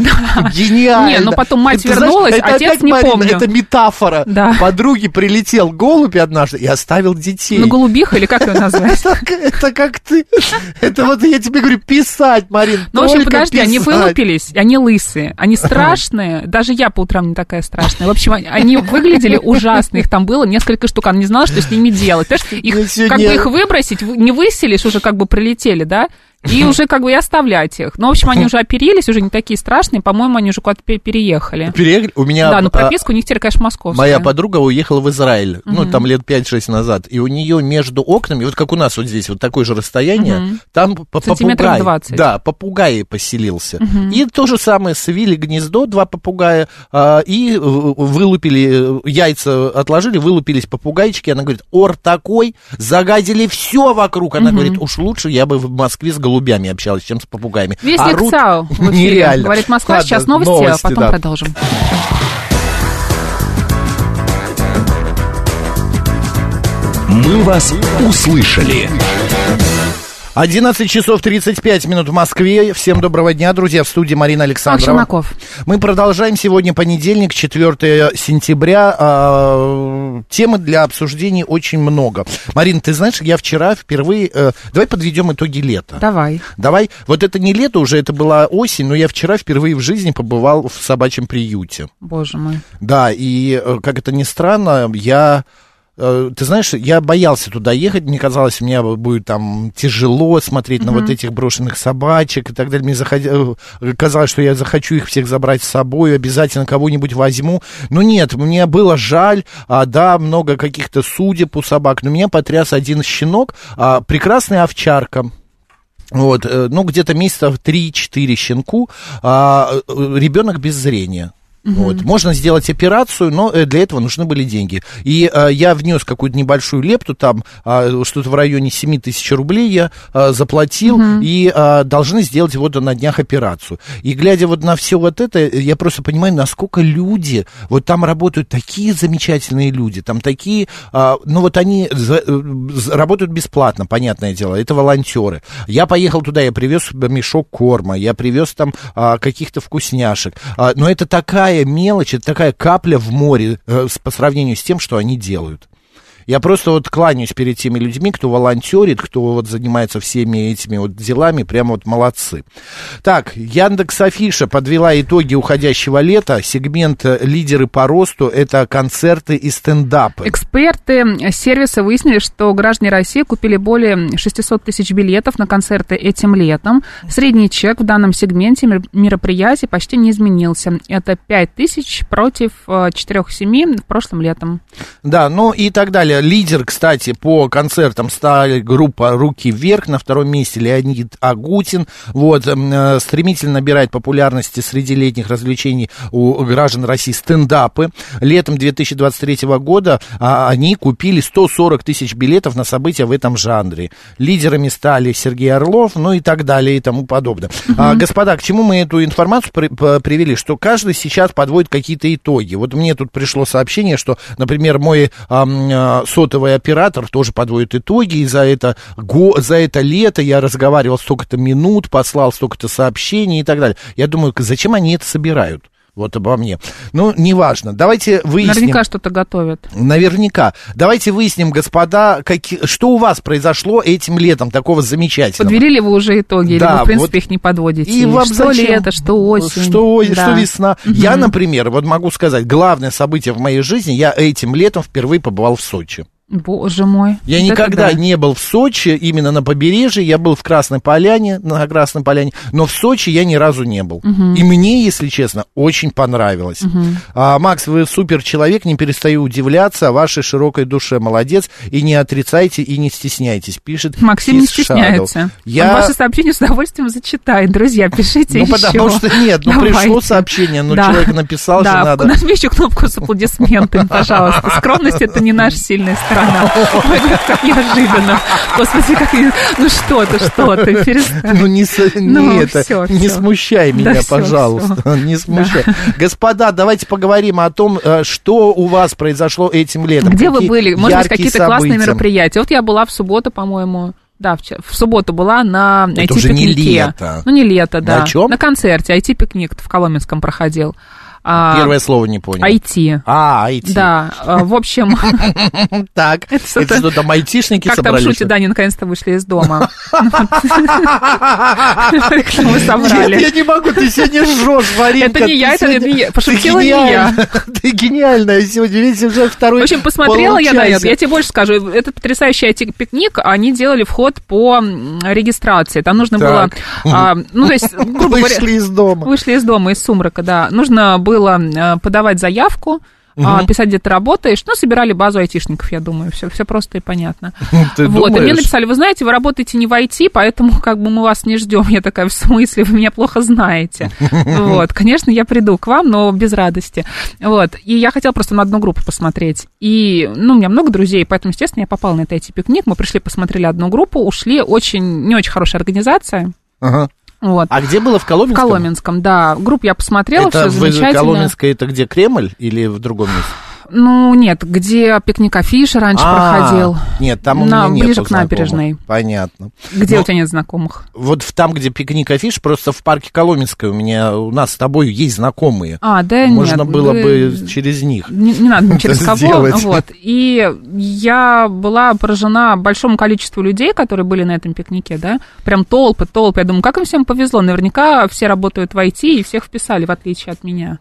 S1: Гениально.
S2: Не, ну потом мать
S1: Ты знаешь,
S2: вернулась,
S1: это
S2: отец
S1: опять,
S2: не
S1: Марина,
S2: помню.
S1: Это метафора.
S2: Да.
S1: Подруге прилетел голубь однажды и оставил детей.
S2: Ну, голубиха, или как ее назвать?
S1: это, это как ты. Это вот я тебе говорю, писать, Марин.
S2: Ну, в общем,
S1: только
S2: подожди, они
S1: писать.
S2: вылупились, и они лысые, они страшные, даже я по утрам не такая страшная. В общем, они- они выглядели ужасно, их там было несколько штук, она не знала, что с ними делать. Понимаешь,
S1: Я
S2: их,
S1: сегодня-
S2: как бы их выбросить, вы- не выселишь, уже как бы прилетели, да? И уже как бы и оставлять их. Ну, в общем, они уже оперились, уже не такие страшные, по-моему, они уже куда-то пе- переехали.
S1: Переехали. У меня
S2: Да, ну, но
S1: а,
S2: прописка у них теперь, конечно, московская.
S1: Моя подруга уехала в Израиль, ну, там лет 5-6 назад, и у нее между окнами, вот как у нас вот здесь, вот такое же расстояние, там п-
S2: Сантиметров
S1: попугай,
S2: 20.
S1: да, попугай поселился. И то же самое, свили гнездо, два попугая, а, и э, вылупили, э, яйца отложили, вылупились попугайчики, она говорит, ор такой, загадили все вокруг, она говорит, уж лучше я бы в Москве с голубями общалась, чем с попугаями.
S2: Вестник
S1: Орут
S2: ЦАО в эфире.
S1: А нереально.
S2: Говорит Москва,
S1: Ладно,
S2: сейчас новости, а потом
S1: да.
S2: продолжим.
S3: «Мы вас услышали».
S1: 11 часов 35 минут в Москве. Всем доброго дня, друзья. В студии Марина
S2: Макс
S1: Александрова.
S2: Челноков.
S1: Мы продолжаем сегодня понедельник, 4 сентября. А, Темы для обсуждений очень много. Марин, ты знаешь, я вчера впервые... э, Давай подведем итоги лета.
S2: Давай.
S1: Давай, вот это не лето уже, это была осень, но я вчера впервые в жизни побывал в собачьем приюте.
S2: Боже мой.
S1: Да, и э, как это ни странно, я ты знаешь, я боялся туда ехать, мне казалось, мне будет там тяжело смотреть на
S7: Мгм.
S1: вот этих брошенных собачек и так далее. Мне заход- э, казалось, что я захочу их всех забрать с собой, обязательно кого-нибудь возьму. Но нет, мне было жаль, а, да, много каких-то судеб у собак, но меня потряс один щенок, а, прекрасная овчарка. Вот, э, ну, где-то месяцев 3-4 щенку, а, э, ребенок без зрения.
S7: Мгм.
S1: Вот. Можно сделать операцию, но э, для этого нужны были деньги. И э, я внес какую-то небольшую лепту, там а, что-то в районе 7 тысяч рублей я а, заплатил, и а, должны сделать вот на днях операцию. И глядя вот на все вот это, я просто понимаю, насколько люди, вот там работают такие замечательные люди, там такие, а, ну вот они за- э, за- работают бесплатно, понятное дело, это волонтеры. Я поехал туда, я привез мешок корма, я привез там а, каких-то вкусняшек. А, но это такая мелочь, это такая капля в море э, с- по сравнению с тем, что они делают. Я просто вот кланяюсь перед теми людьми, кто волонтерит, кто вот занимается всеми этими вот делами, прям вот молодцы. Так, Яндекс Афиша подвела итоги уходящего лета. Сегмент э, «Лидеры по росту» — это концерты и стендапы.
S2: Эксперты сервиса выяснили, что граждане России купили более 600 тысяч билетов на концерты этим летом. Средний чек в данном сегменте мер- мероприятий почти не изменился. Это 5 тысяч против э, 4-7 прошлым летом.
S1: Да, ну и так далее. Лидер, кстати, по концертам стали группа «Руки вверх». На втором месте Леонид Агутин. Вот, м, э, стремительно набирает популярности среди летних развлечений у граждан России стендапы. Летом 2023 года а, они купили 140 тысяч билетов на события в этом жанре. Лидерами стали Сергей Орлов, ну и так далее и тому подобное. А, господа, к чему мы эту информацию при- п- привели? Что каждый сейчас подводит какие-то итоги. Вот мне тут пришло сообщение, что, например, мой ам, а, сотовый оператор тоже подводит итоги, и за это, го- за это лето я разговаривал столько-то минут, послал столько-то сообщений и так далее. Я думаю, к- зачем они это собирают? Вот обо мне. Ну, неважно. Давайте выясним.
S2: Наверняка что-то готовят.
S1: Наверняка. Давайте выясним, господа, каки- что у вас произошло этим летом такого замечательного.
S2: Подвели ли вы уже итоги, или
S1: Да,
S2: вы, в принципе,
S1: вот.
S2: их не подводите?
S1: И вам
S2: что
S1: зачем?
S2: лето, что осень.
S1: Что, о-
S2: Да.
S1: что весна.
S2: Мгм.
S1: Я, например, вот могу сказать, главное событие в моей жизни, я этим летом впервые побывал в Сочи.
S2: Боже мой.
S1: Я
S2: Вот это
S1: никогда
S2: да.
S1: не был в Сочи, именно на побережье. Я был в Красной Поляне, на Красной Поляне, но в Сочи я ни разу не был.
S7: Мгм.
S1: И мне, если честно, очень понравилось.
S7: Мгм.
S1: А, Макс, вы супер человек, не перестаю удивляться о вашей широкой душе. Молодец. И не отрицайте, и не стесняйтесь, пишет
S2: Максим не
S1: Kiss Shadow.
S2: стесняется.
S1: Я...
S2: Он ваше сообщение с удовольствием зачитает. Друзья, пишите
S1: Ну,
S2: еще.
S1: потому что нет, ну, пришло
S2: Давайте.
S1: сообщение, ну, человек написал же,
S2: Да,
S1: надо.
S2: нажми еще кнопку с аплодисментами, пожалуйста. Скромность – это не наша сильная сторона. Ой, ну, как неожиданно. Господи, как... я- Ну, что ты, что ты, перестань.
S1: Ну, не, со-
S2: Ну,
S1: не это,
S2: всё,
S1: не
S2: всё.
S1: смущай
S2: Да,
S1: меня,
S2: всё,
S1: пожалуйста,
S2: всё.
S1: не смущай. Господа, давайте поговорим о том, э, что у вас произошло этим летом.
S2: Где вы
S1: Какие
S2: были? Может быть,
S1: Ну, яркие
S2: какие-то классные
S1: события.
S2: мероприятия. Вот я была в субботу, по-моему. Да, вчера- в субботу была на
S1: Это уже не
S2: IT-пикнике.
S1: лето.
S2: Ну, не лето, да.
S1: На чём?
S2: На концерте. IT-пикник в Коломенском проходил. А,
S1: Первое слово не понял.
S2: IT.
S1: А, IT.
S2: Да, э, в общем...
S1: Так, это
S2: что-то-
S1: что там айтишники
S2: Как там
S1: собрались?
S2: шутит, да, они наконец-то вышли из дома. Мы
S1: Нет,
S2: соврали.
S1: я не могу, ты сегодня жжешь, Варенька.
S2: Это не я, это
S1: ты
S2: не
S1: сегодня-
S2: я.
S1: ты
S2: Пошутила не я.
S1: гениальна. Ты гениальная сегодня, видите, уже второй
S2: В общем, посмотрела я на это.
S1: получается.
S2: Я тебе больше скажу. Это потрясающий IT-пикник. Они делали вход по м, регистрации. Там нужно
S1: Так.
S2: было... а, ну, то есть, грубо говоря...
S1: Вышли из дома.
S2: Вышли из дома, из сумрака, да. Нужно было э, подавать заявку, а,
S1: Мгм.
S2: писать, где ты работаешь. Ну, собирали базу айтишников, я думаю. Все, все просто и понятно.
S1: Ну, Ты
S2: вот, и мне
S1: думаешь?
S2: написали, вы знаете, вы работаете не в IT, поэтому как бы мы вас не ждем. Я такая, в смысле, вы меня плохо знаете. Вот, конечно, я приду к вам, но без радости. Вот, и я хотела просто на одну группу посмотреть. И, ну, у меня много друзей, поэтому, естественно, я попала на этот IT-пикник. Мы пришли, посмотрели одну группу, ушли. Очень, не очень хорошая организация.
S1: Ага.
S2: Вот.
S1: А где было, в
S2: В
S1: Коломенском?
S2: Коломенском, да. Группу я посмотрела,
S1: это
S2: все
S1: в
S2: замечательно.
S1: Коломенской, это где, Кремль или в другом месте?
S2: Ну, нет, где пикник Афиши раньше
S1: А,
S2: проходил.
S1: Нет, там у
S2: На-
S1: меня нету
S2: ближе к
S1: знакомых.
S2: набережной.
S1: Понятно.
S2: Где
S1: Ну,
S2: у тебя нет знакомых?
S1: Вот в- там, где пикник афиш, просто в парке Коломенской у меня, у нас с тобой есть знакомые.
S2: А, да,
S1: Можно
S2: нет,
S1: было
S2: да-
S1: бы через них.
S2: Не, не надо ни через
S1: Это
S2: кого.
S1: сделать.
S2: Вот. И я была поражена большому количеству людей, которые были на этом пикнике, да. Прям толпы, толпы. Я думаю, как им всем повезло. Наверняка все работают в IT и всех вписали, в отличие от меня.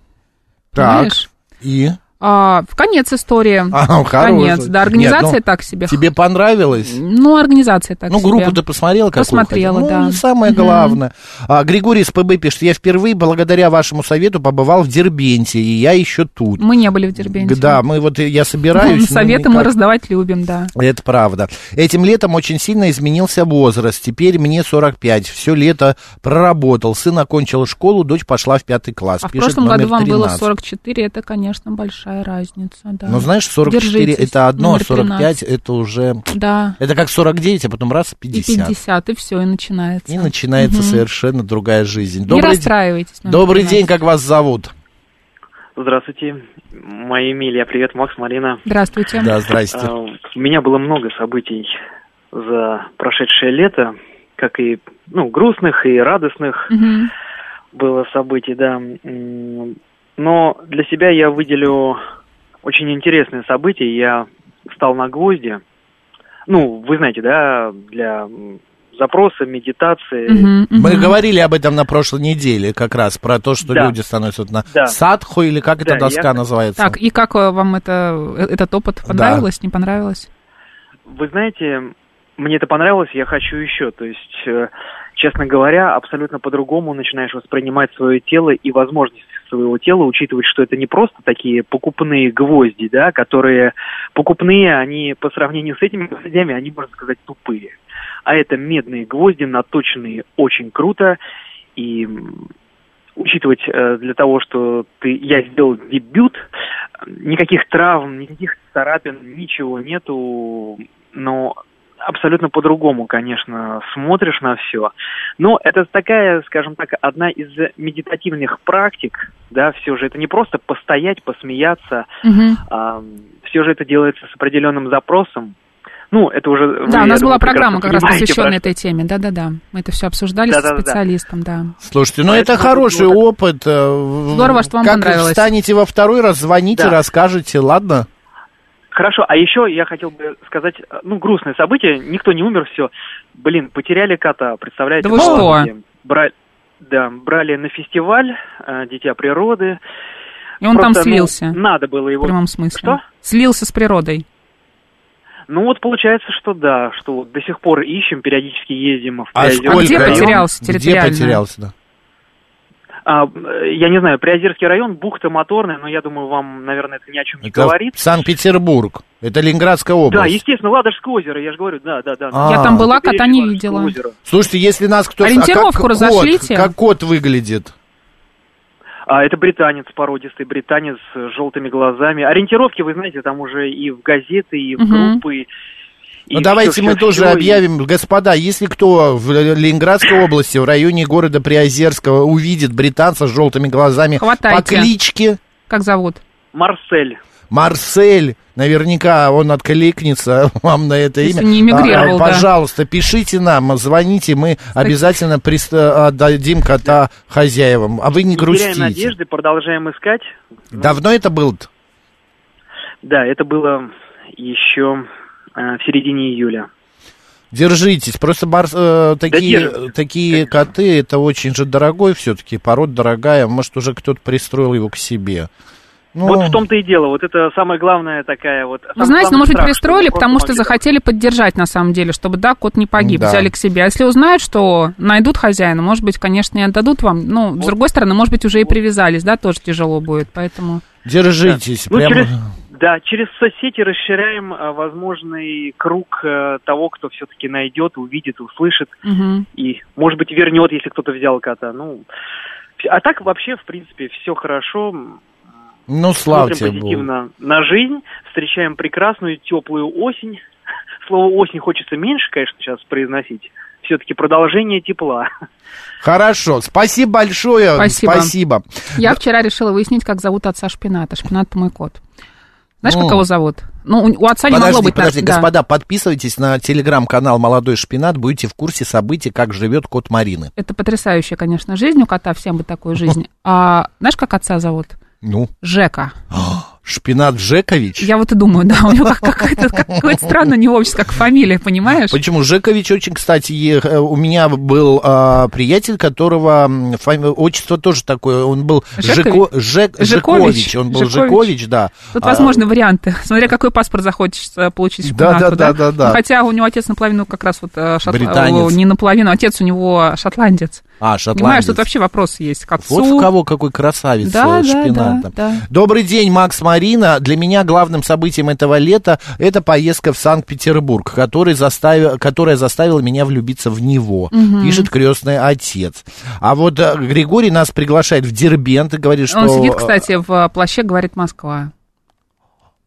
S1: Так,
S2: Понимаешь?
S1: и...
S2: А, в конец истории.
S1: А,
S2: конец.
S1: хороший.
S2: Да, организация
S1: Нет, ну,
S2: так себе.
S1: Тебе понравилось?
S2: Ну, организация так
S1: Ну,
S2: себе.
S1: группу ты посмотрела какую
S2: Посмотрела,
S1: хотела?
S2: да.
S1: Ну, самое
S2: Мгм.
S1: главное. А, Григорий из ПБ пишет, я впервые благодаря вашему совету побывал в Дербенте, и я еще тут.
S2: Мы не были в Дербенте.
S1: Да, мы вот, я собираюсь. но
S2: Советы мы
S1: никак.
S2: раздавать любим, да.
S1: Это правда. Этим летом очень сильно изменился возраст. Теперь мне 45. Все лето проработал. Сын окончил школу, дочь пошла в пятый класс.
S2: А в
S1: Пишет
S2: прошлом году
S1: номер
S2: вам было
S1: 13.
S2: 44, это, конечно, большая разница, да.
S1: Ну, знаешь, 44
S2: Держитесь,
S1: это одно, а
S2: номер 13.
S1: 45 это уже...
S2: Да.
S1: Это как 49, а потом раз 50.
S2: И 50, и все, и начинается.
S1: И начинается
S2: Мгм.
S1: совершенно другая жизнь.
S2: Не
S1: Добрый, день.
S2: расстраивайтесь. ну, номер
S1: Добрый
S2: 13.
S1: день, как вас зовут?
S7: Здравствуйте, моя Эмилия, привет, Макс, Марина.
S2: Здравствуйте.
S1: Да, здрасте.
S7: А, У меня было много событий за прошедшее лето, как и ну, грустных и радостных
S2: Мгм.
S7: было событий, да. М, Но для себя я выделю очень интересное событие. Я встал на гвозди. Ну, вы знаете, да, для м, запроса, медитации.
S1: Мы говорили об этом на прошлой неделе как раз, про то, что
S7: Да.
S1: люди становятся на
S7: Да.
S1: садху, или как
S7: Да,
S1: эта доска
S7: я-
S1: называется?
S2: Так, и как э, вам это, э, этот опыт? Понравилось, не понравилось?
S7: Вы знаете, мне это понравилось, я хочу еще. То есть, э, честно говоря, абсолютно по-другому начинаешь воспринимать свое тело и возможности своего тела, учитывать, что это не просто такие покупные гвозди, да, которые покупные, они по сравнению с этими гвоздями, они, можно сказать, тупые. А это медные гвозди, наточенные очень круто. И м, учитывать э, для того, что ты, я сделал дебют, никаких травм, никаких царапин, ничего нету, но Ну, абсолютно по-другому, конечно, смотришь на все. Но это такая, скажем так, одна из медитативных практик, да, все же это не просто постоять, посмеяться, все же это делается с определенным запросом. Ну, это уже... вы,
S2: да, у
S7: я
S2: нас была
S7: думаю, прекрасно
S2: программа, как раз
S7: понимаете,
S2: посвященная
S7: про
S2: этой теме. Да-да-да. Мы это все обсуждали со
S7: Да-да-да.
S2: специалистом, да.
S1: Слушайте, ну это
S7: Поэтому
S1: хороший
S7: вот-
S1: опыт. э,
S2: Здорово, что вам
S1: как
S2: понравилось.
S1: встанете во второй раз, звоните,
S7: Да.
S1: расскажете, ладно?
S7: Хорошо, а еще я хотел бы сказать, э, ну, грустное событие, никто не умер, все. Блин, потеряли кота, представляете?
S2: Да вы
S7: Мало
S2: что?
S7: где. Бра- Да, брали на фестиваль э, «Дитя природы».
S2: И он там
S7: Просто, ну,
S2: слился,
S7: надо было
S2: в
S7: его...
S2: прямом смысле.
S7: Что?
S2: Слился с природой.
S7: Ну, вот получается, что да, что вот до сих пор ищем, периодически ездим в
S1: А
S7: Приозерный
S1: сколько?
S2: Где
S1: район?
S2: потерялся
S1: Где
S2: территориально?
S1: потерялся, да?
S7: А, э, я не знаю, Приозерский район, бухта моторная, но я думаю, вам, наверное, это ни о чем не
S1: Это
S7: говорит.
S1: Санкт-Петербург. Это Ленинградская
S7: Да,
S1: область.
S7: естественно, Ладожское озеро, я же говорю, да, да, да.
S1: А.
S2: Я там была,
S7: Побережье
S2: кота не
S7: Ладожского
S2: видела.
S7: озера.
S1: Слушайте, если нас кто-то... а
S2: Ориентировку
S1: как
S2: разошлите.
S1: Кот, как кот выглядит?
S7: А, это британец, породистый британец с желтыми глазами. Ориентировки, вы знаете, там уже и в газеты, и в
S2: Мгм.
S7: группы. и
S1: Ну, давайте
S7: всё,
S1: мы
S7: всё,
S1: тоже
S7: всё, и-
S1: объявим, господа, если кто в Ленинградской области, в районе города Приозерского, увидит британца с желтыми глазами по
S2: Хватайте.
S1: кличке
S2: Как зовут?
S7: Марсель.
S1: Марсель, наверняка он откликнется вам на это
S2: Если
S1: имя. А,
S2: не эмигрировал, да.
S1: Пожалуйста, пишите нам, звоните, мы обязательно прист- отдадим кота хозяевам. А вы не
S7: Теряем
S1: грустите.
S7: надежды, продолжаем искать.
S1: Давно это было?
S7: Да, это было еще э, в середине июля.
S1: Держитесь, просто барс- э, такие,
S7: держимся,
S1: такие коты, это очень же дорогой все-таки, пород дорогая, может уже кто-то пристроил его к себе. Ну,
S7: Вот в том-то и дело. Вот это самая главная такая вот...
S2: Вы
S7: самый
S2: знаете, ну,
S7: главный
S2: может быть,
S7: страх,
S2: пристроили,
S7: мы просто
S2: потому что
S7: могли-
S2: захотели поддержать, на самом деле, чтобы, да, кот не погиб,
S1: Да.
S2: взяли к себе. А если узнают, что найдут хозяина, может быть, конечно, и отдадут вам. Ну, с другой стороны, может быть, уже и привязались, да, тоже тяжело будет, поэтому...
S1: держитесь,
S7: Ну,
S1: прямо-
S7: через, да, через соцсети расширяем э, возможный круг э, того, кто все-таки найдет, увидит, услышит.
S2: Мгм.
S7: и, может быть, вернет, если кто-то взял кота. Ну, вс- а так вообще, в принципе, все хорошо. М,
S1: ну славьте
S7: Смотрим
S1: Богу.
S7: позитивно на жизнь, встречаем прекрасную теплую осень. Слово осень хочется меньше, конечно, сейчас произносить. Все-таки продолжение тепла.
S1: Хорошо, спасибо большое,
S2: Спасибо.
S1: спасибо.
S2: Я вчера решила выяснить, как зовут отца Шпината. Шпинат – мой кот. Знаешь,
S1: Ну.
S2: как его зовут? Ну, у у отца не
S1: подожди,
S2: могло быть...
S1: подожди,
S2: на- да.
S1: господа, подписывайтесь на телеграм-канал «Молодой шпинат», будете в курсе событий, как живет кот Марины.
S2: Это потрясающая, конечно, жизнь у кота, всем бы такую жизнь. А знаешь, как отца зовут?
S1: Ну,
S2: Жека.
S1: Шпинат Жекович?
S2: Я вот и думаю, да, у него как- какая-то- какое-то странное у него вообще как фамилия, понимаешь?
S1: Почему? Жекович очень, кстати, е- э, у меня был а, приятель, которого м, фами- отчество тоже такое, он был Жеко-
S2: Жекович?
S1: Жек-
S2: Жекович.
S1: Жекович, он был
S2: Жекович.
S1: Жекович, да.
S2: Тут
S1: А,
S2: возможны варианты, смотря какой паспорт захочешь э, получить в
S1: Да,
S2: Кунату,
S1: да, да, да, да.
S2: Ну, Хотя у него отец наполовину как раз вот э, шотла-
S1: Британец.
S2: о, не наполовину, отец у него шотландец.
S1: А,
S2: Понимаешь,
S1: шотландец.
S2: тут вообще вопрос есть к отцу.
S1: Вот в кого какой красавец
S2: Да, да,
S1: э, Шпинат.
S2: да,
S1: там.
S2: да.
S1: Добрый день, Макс Марина. Для меня главным событием этого лета это поездка в Санкт-Петербург, который заставил, которая заставила меня влюбиться в него,
S2: Мгм.
S1: пишет крестный отец. А вот э, Григорий нас приглашает в Дербент и говорит, что...
S2: Он сидит,
S1: э,
S2: кстати, в э, плаще, говорит Москва.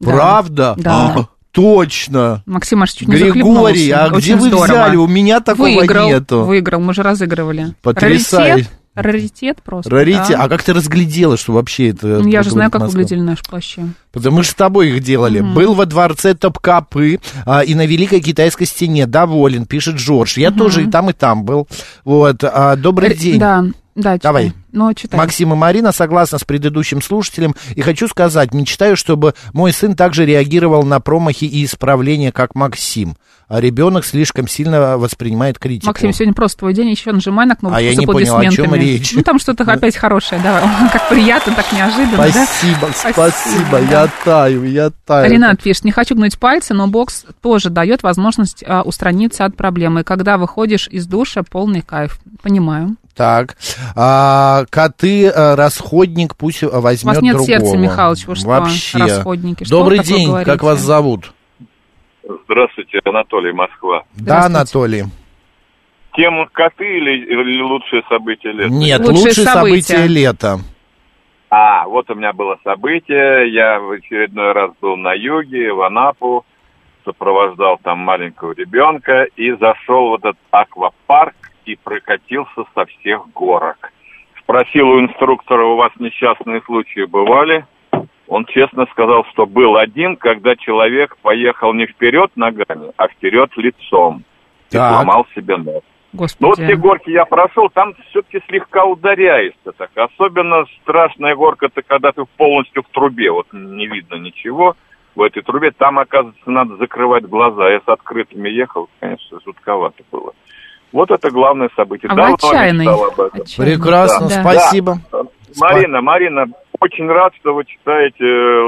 S2: Да.
S1: Правда?
S2: Да.
S1: А, Точно.
S2: Максим аж чуть не
S1: Григорий,
S2: захлебнулся.
S1: а где
S2: Очень
S1: вы
S2: здорово.
S1: взяли? У меня такого
S2: выиграл,
S1: нету.
S2: Выиграл, мы же разыгрывали.
S1: Потрясающе.
S2: Раритет, раритет просто.
S1: Рарити,
S2: да.
S1: а как ты разглядела, что вообще это...
S2: Ну, Я же
S1: выглядит
S2: знаю, как
S1: А, Москва?
S2: выглядели наши плащи.
S1: Потому что с тобой их делали.
S2: Мгм.
S1: Был во дворце Топкапы а, и на Великой Китайской стене. Доволен, пишет Джордж. Я тоже и там, и там был. Вот. а, добрый
S2: Р-
S1: день.
S2: Да, да. читай.
S1: Давай.
S2: Ну, читай.
S1: Максим и Марина согласна с предыдущим слушателем. И хочу сказать, мечтаю, чтобы мой сын также реагировал на промахи и исправления, как Максим. А ребенок слишком сильно воспринимает критику.
S2: Максим, сегодня просто твой день, еще нажимай на кнопку
S1: А я
S2: с
S1: не понял, о чем
S2: аплодисментами.
S1: речь?
S2: Ну, там что-то опять хорошее, давай. Как приятно, так неожиданно, да?
S1: Спасибо, спасибо, я таю, я таю.
S2: Ренат пишет, не хочу гнуть пальцы, но бокс тоже дает возможность а, устраниться от проблемы. И когда выходишь из душа, полный кайф. Понимаю.
S1: Так. А, коты, а, расходник, пусть возьмет
S2: У вас нет
S1: другого.
S2: сердца, Михалыч, вы что,
S1: Вообще.
S2: расходники, что
S1: Добрый
S2: вы такое
S1: день, как
S2: говорите?
S1: вас зовут?
S8: Здравствуйте, Анатолий, Москва.
S1: Да, Анатолий.
S8: Тема коты или, или лучшие события лета?
S1: Нет, лучшие, события. лета.
S8: А, вот у меня было событие. Я в очередной раз был на юге, в Анапу, сопровождал там маленького ребенка и зашел в этот аквапарк и прокатился со всех горок. Спросил у инструктора, у вас несчастные случаи бывали? Он честно сказал, что был один, когда человек поехал не вперед ногами, а вперед лицом. И сломал себе нос. Ну, вот
S2: а-
S8: те горки я прошел, там все-таки слегка ударяешься так. Особенно страшная горка, это когда ты полностью в трубе, вот не видно ничего в этой трубе. Там, оказывается, надо закрывать глаза. Я с открытыми ехал, конечно, жутковато было. Вот это главное событие.
S2: А вы
S8: Давно
S2: отчаянный.
S8: мечтал об этом.
S2: Отчаянный.
S1: Прекрасно,
S8: Да.
S1: спасибо.
S8: Да. Марина, Марина, очень рад, что вы читаете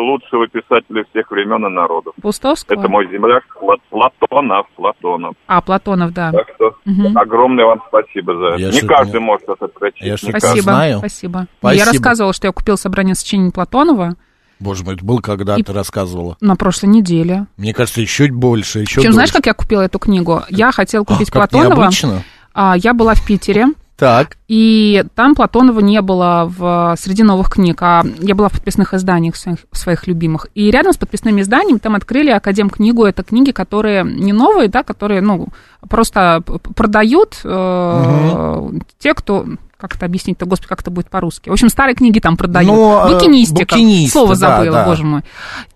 S8: лучшего писателя всех времен и народов.
S2: Пустовского?
S8: Это мой земляк Пла- Платонов, Платонов.
S2: А, Платонов, да.
S8: Так что
S2: Мгм.
S8: огромное вам спасибо за это. не
S1: что-то
S8: каждый может это прочитать. не
S2: Спасибо,
S8: каждый.
S2: спасибо.
S1: Спасибо.
S2: Я рассказывала, что я купила собрание сочинений Платонова
S1: Боже мой, это был когда
S2: И-
S1: ты рассказывала.
S2: на прошлой неделе.
S1: Мне кажется, еще больше, еще
S2: Причем, знаешь,
S1: дольше.
S2: как я купила эту книгу? Я хотела купить
S1: Как
S2: Платонова.
S1: необычно.
S2: А, я была в Питере.
S1: Так,
S2: И там Платонова не было в, среди новых книг, а я была в подписных изданиях своих, своих любимых. И рядом с подписными изданиями там открыли Академ-книгу. Это книги, которые не новые, да, которые, ну, просто п- п- продают э, те, кто... Как это объяснить-то, господи, как это будет по-русски? В общем, старые книги там продают.
S1: Ну, э,
S2: букинистика.
S1: букиниста,
S2: Слово
S1: да,
S2: забыла,
S1: да.
S2: боже мой.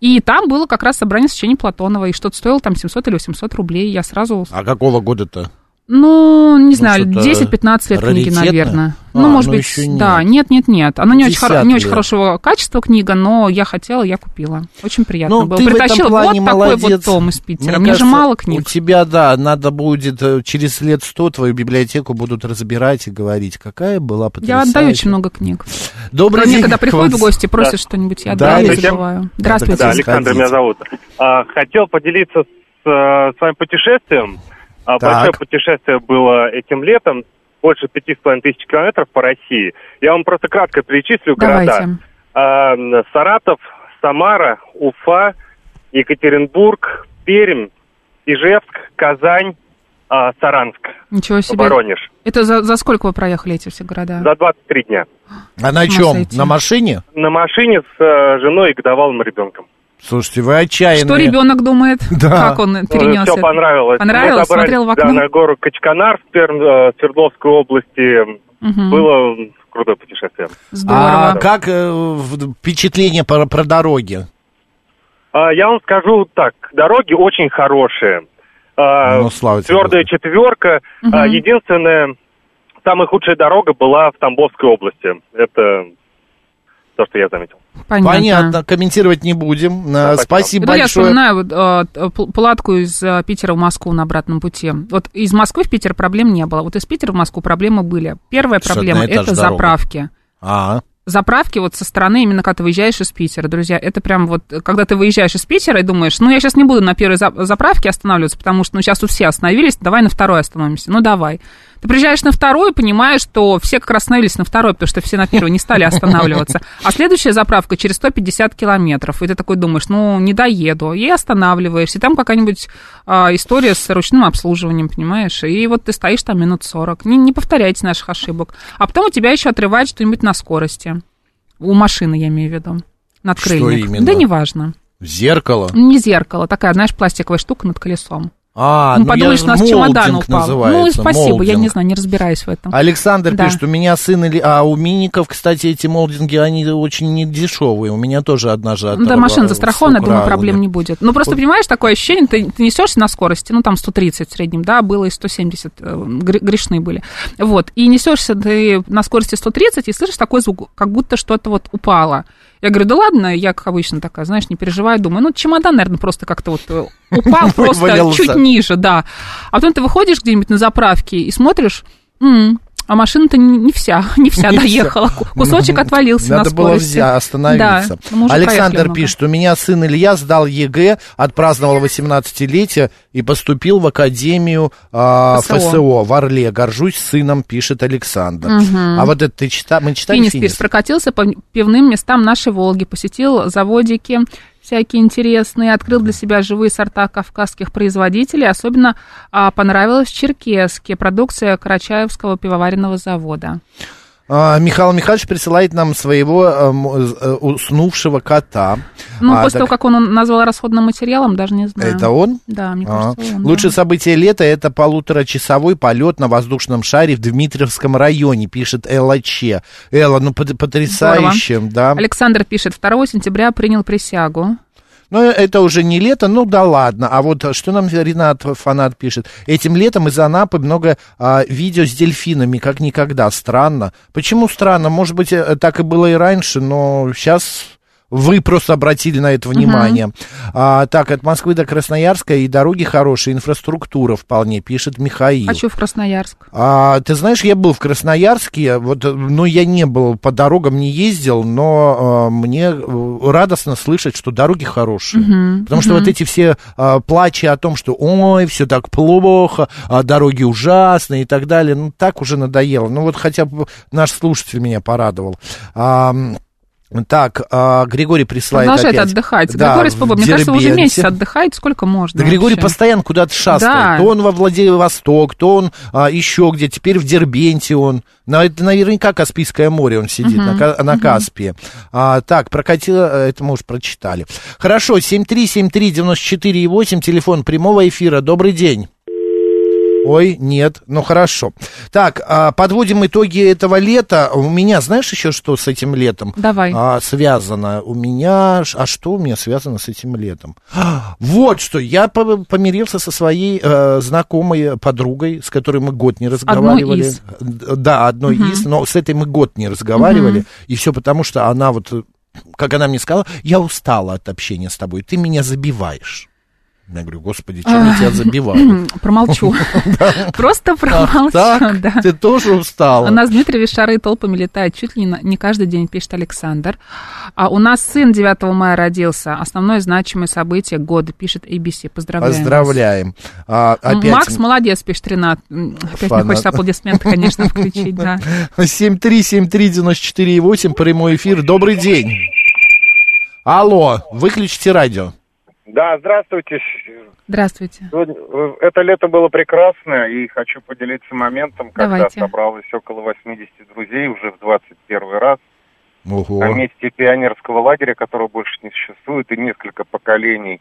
S2: И там было как раз собрание сочинений Платонова, и что-то стоило там 700 или 800 рублей. Я сразу
S1: а какого года-то?
S2: ну, не знаю,
S1: что-то
S2: 10-15 лет книги,
S1: раритетное?
S2: наверное.
S1: А,
S2: ну, может
S1: ну,
S2: быть,
S1: еще нет.
S2: да, нет, нет, нет. Она не очень, хоро-
S1: 50
S2: не очень
S1: лет.
S2: хорошего качества книга, но я хотела, я купила. Очень приятно
S1: Ну,
S2: было.
S1: ты в этом
S2: Притащила вот
S1: плане
S2: такой вот
S1: молодец.
S2: том из Питера. Мне, же
S1: кажется,
S2: мало
S1: У
S2: книг.
S1: тебя, да, надо будет э, через лет сто твою библиотеку будут разбирать и говорить, какая была
S2: Я
S1: потрясающая.
S2: отдаю очень много книг.
S1: Добрый
S2: Кроме
S1: день.
S2: когда
S1: как
S2: приходят в
S1: вас-
S2: гости, просят что-нибудь, я
S1: Да,
S2: отдаю и
S1: зачем?
S2: забываю. Здравствуйте.
S9: Да, Александр меня зовут. А, Хотел поделиться с, э, с вами путешествием. А,
S1: Так.
S9: Большое путешествие было этим летом, больше пяти с половиной тысяч километров по России. Я вам просто кратко перечислю города.
S2: Давайте.
S9: А, м, Саратов, Самара, Уфа, Екатеринбург, Пермь, Ижевск, Казань, а, Саранск,
S2: Ничего себе.
S9: Воронеж.
S2: Это за, за сколько вы проехали эти все города?
S9: За 23 дня.
S1: А на
S2: С ума
S1: чем?
S2: сойти.
S1: На машине?
S9: На машине с э, женой и годовалым ребенком.
S1: Слушайте, вы отчаянные.
S2: Что ребенок думает?
S1: Да.
S2: Как он перенес
S9: все
S2: это?
S9: Ну, понравилось. Мы
S2: Понравилось?
S9: добрались,
S2: Смотрел в
S9: да,
S2: окно?
S9: на гору Качканар в Перм- э, Свердловской области.
S2: Мгм.
S9: Было крутое путешествие.
S1: А как э, в- впечатление про, про дороги?
S9: А, я вам скажу так, дороги очень хорошие. А,
S1: Ну, слава тебе,
S9: твердая четверка. А,
S1: Мгм.
S9: единственная, самая худшая дорога была в Тамбовской области. Это то, что я заметил.
S2: Понятно.
S1: Понятно, комментировать не будем. Э, Спасибо
S2: Ну, я
S1: большое.
S2: вспоминаю вот, э, т- пл- палатку из э, Питера в Москву на обратном пути. Вот из Москвы в Питер проблем не было. Вот из Питера в Москву проблемы были. Первая
S1: Что,
S2: проблема –
S1: одна и та же
S2: это
S1: дорога.
S2: заправки.
S1: А,
S2: Заправки вот со стороны, именно когда ты выезжаешь из Питера, друзья, это прям вот, э, когда ты выезжаешь из Питера и думаешь, ну, я сейчас не буду на первой за- заправке останавливаться, потому что, ну, сейчас тут все остановились, давай на второй остановимся, ну, давай. Ты приезжаешь на вторую и понимаешь, что все как раз остановились на второй, потому что все на первой не стали останавливаться. А следующая заправка через 150 километров, и ты такой думаешь, ну, не доеду, и останавливаешься, и там какая-нибудь а, история с ручным обслуживанием, понимаешь, и вот ты стоишь там минут 40, не, не повторяйте наших ошибок. А потом у тебя еще отрывает что-нибудь на скорости. У машины, я имею в виду. Надкрыльник.
S1: именно?
S2: Да неважно.
S1: зеркало.
S2: Не зеркало, такая, знаешь, пластиковая штука над колесом.
S1: А,
S2: ну,
S1: ну,
S2: подумаешь,
S1: я-
S2: у нас чемодан
S1: молдинг
S2: упал. Ну,
S1: называется,
S2: спасибо, я не
S1: молдинг.
S2: знаю, не разбираюсь в этом.
S1: Александр
S2: Да.
S1: пишет, у меня сын, или- а у Миников, кстати, эти молдинги, они очень недешевые. У меня тоже одна же
S2: Да,
S1: оторва-
S2: машина застрахована, я думаю,
S1: украла.
S2: проблем не будет. Ну, просто,
S1: Вот.
S2: понимаешь, такое ощущение, ты, ты несешься на скорости, ну, там 130 в среднем, да, было и 170, э, гре- грешные были. Вот, и несешься ты на скорости 130 и слышишь такой звук, как будто что-то вот упало. Я говорю, да ладно, я, как обычно, такая, знаешь, не переживай, думаю, ну, чемодан, наверное, просто как-то вот э, упал просто
S1: Вывалился.
S2: чуть ниже, да. А потом ты выходишь где-нибудь на заправке и смотришь, «М, а машина-то не не вся, не вся
S1: Не
S2: доехала.
S1: всё. Ну,
S2: Кусочек отвалился на
S1: Надо было
S2: скорости.
S1: взя- остановиться.
S2: Да, мы уже проехали
S1: Александр
S2: много.
S1: пишет, у меня сын Илья сдал ЕГЭ, отпраздновал 18-летие и поступил в академию а,
S2: ФСО.
S1: ФСО. в Орле. Горжусь сыном, пишет Александр.
S2: Мгм.
S1: А вот это ты читал, мы читали
S2: Финис
S1: финиш?
S2: Пирс прокатился по пивным местам нашей Волги, посетил заводики всякие интересные, открыл для себя живые сорта кавказских производителей. Особенно а, понравилась в Черкесске продукция Карачаевского пивоваренного завода.
S1: А, Михаил Михайлович присылает нам своего э, м- э, уснувшего кота.
S2: Ну,
S1: А,
S2: после
S1: так
S2: того, как он назвал расходным материалом, даже не знаю.
S1: Это он?
S2: Да, мне
S1: А.
S2: кажется, он. да.
S1: Лучшее событие лета – это полуторачасовой полет на воздушном шаре в Дмитриевском районе, пишет Элла Че. Элла, ну пот- потрясающе, да.
S2: Александр пишет, 2 сентября принял присягу.
S1: Ну, это уже не лето, ну да ладно. А вот э, что нам Ренат фанат пишет? Этим летом из Анапы много а, видео с дельфинами, как никогда. Странно. Почему странно? Может быть, э, так и было и раньше, но сейчас... Вы просто обратили на это внимание. А, так, от Москвы до Красноярска и дороги хорошие, инфраструктура вполне, пишет Михаил.
S2: Хочу в Красноярск.
S1: А, ты знаешь, я был в Красноярске, вот, э, ну, я не был, по дорогам не ездил, но э, мне э, радостно слышать, что дороги хорошие.
S2: Мгм,
S1: Потому что
S2: мгм.
S1: вот эти все э, плачи о том, что ой, все так плохо, а дороги ужасные и так далее, ну, так уже надоело. Ну, вот хотя бы наш слушатель меня порадовал. Ам, так, а, Григорий прислает
S2: Продолжает
S1: опять.
S2: отдыхать.
S1: Да,
S2: Григорий Споба,
S1: в
S2: мне кажется, уже
S1: Дербенте.
S2: месяц отдыхает, сколько можно
S1: Да Григорий
S2: вообще?
S1: постоянно куда-то
S2: Да.
S1: шастает. То он во Владивосток, то он а, еще где. Теперь в Дербенте он. На, это наверняка Каспийское море он сидит,
S10: Мгм,
S1: на, Ка- на Каспии. А, так, прокатило, э, это мы уже прочитали. Хорошо, 7373948, телефон прямого эфира. Добрый день. Ой, нет, ну хорошо. Так, а, подводим итоги этого лета. У меня, знаешь, еще что с этим летом?
S2: Давай.
S1: а, связано у меня... ш- А что у меня связано с этим летом? А, Вот что, я по- помирился со своей э, знакомой подругой, с которой мы год не разговаривали.
S2: из.
S1: Д- Да, одной
S2: Мгм.
S1: из, но с этой мы год не разговаривали.
S2: Мгм.
S1: И все потому, что она вот, э, как она мне сказала, я устала от общения с тобой, ты меня забиваешь. Я говорю, господи, чем я тебя забиваю?
S2: Промолчу. Просто промолчу,
S1: А, так?
S2: да.
S1: Ты тоже устала?
S2: У нас в Дмитриеве шары толпами летают чуть ли не, на- не каждый день, пишет Александр. А у нас сын 9 мая родился. Основное значимое событие года, пишет ABC. Поздравляем.
S1: Поздравляем. А,
S2: М,
S1: опять
S2: Макс молодец, пишет Ренат. М, Опять
S1: Фанат.
S2: мне хочется аплодисменты, конечно, включить, да.
S1: 7373948, прямой эфир. Добрый день. Алло, выключите радио.
S11: Да, А, здравствуйте. Щ-
S2: Здравствуйте.
S11: Сегодня- э, Это лето было прекрасное, и хочу поделиться моментом, когда
S2: Давайте.
S11: собралось около 80 друзей уже в 21 раз
S1: Ого.
S11: на месте пионерского лагеря, которого больше не существует, и несколько поколений,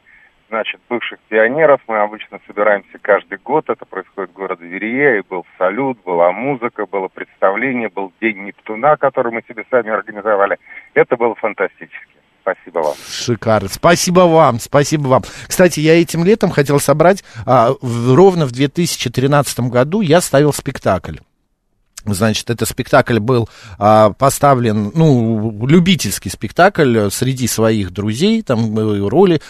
S11: значит, бывших пионеров. Мы обычно собираемся каждый год, это происходит в городе Верие, и был салют, была музыка, было представление, был День Нептуна, который мы себе сами организовали. Это было фантастически. Спасибо вам.
S1: Шикарно. Спасибо вам, спасибо вам. Кстати, я этим летом хотел собрать, а, в- ровно в 2013 году я ставил спектакль. Значит, этот спектакль был а, поставлен, ну, любительский спектакль среди своих друзей, там были роли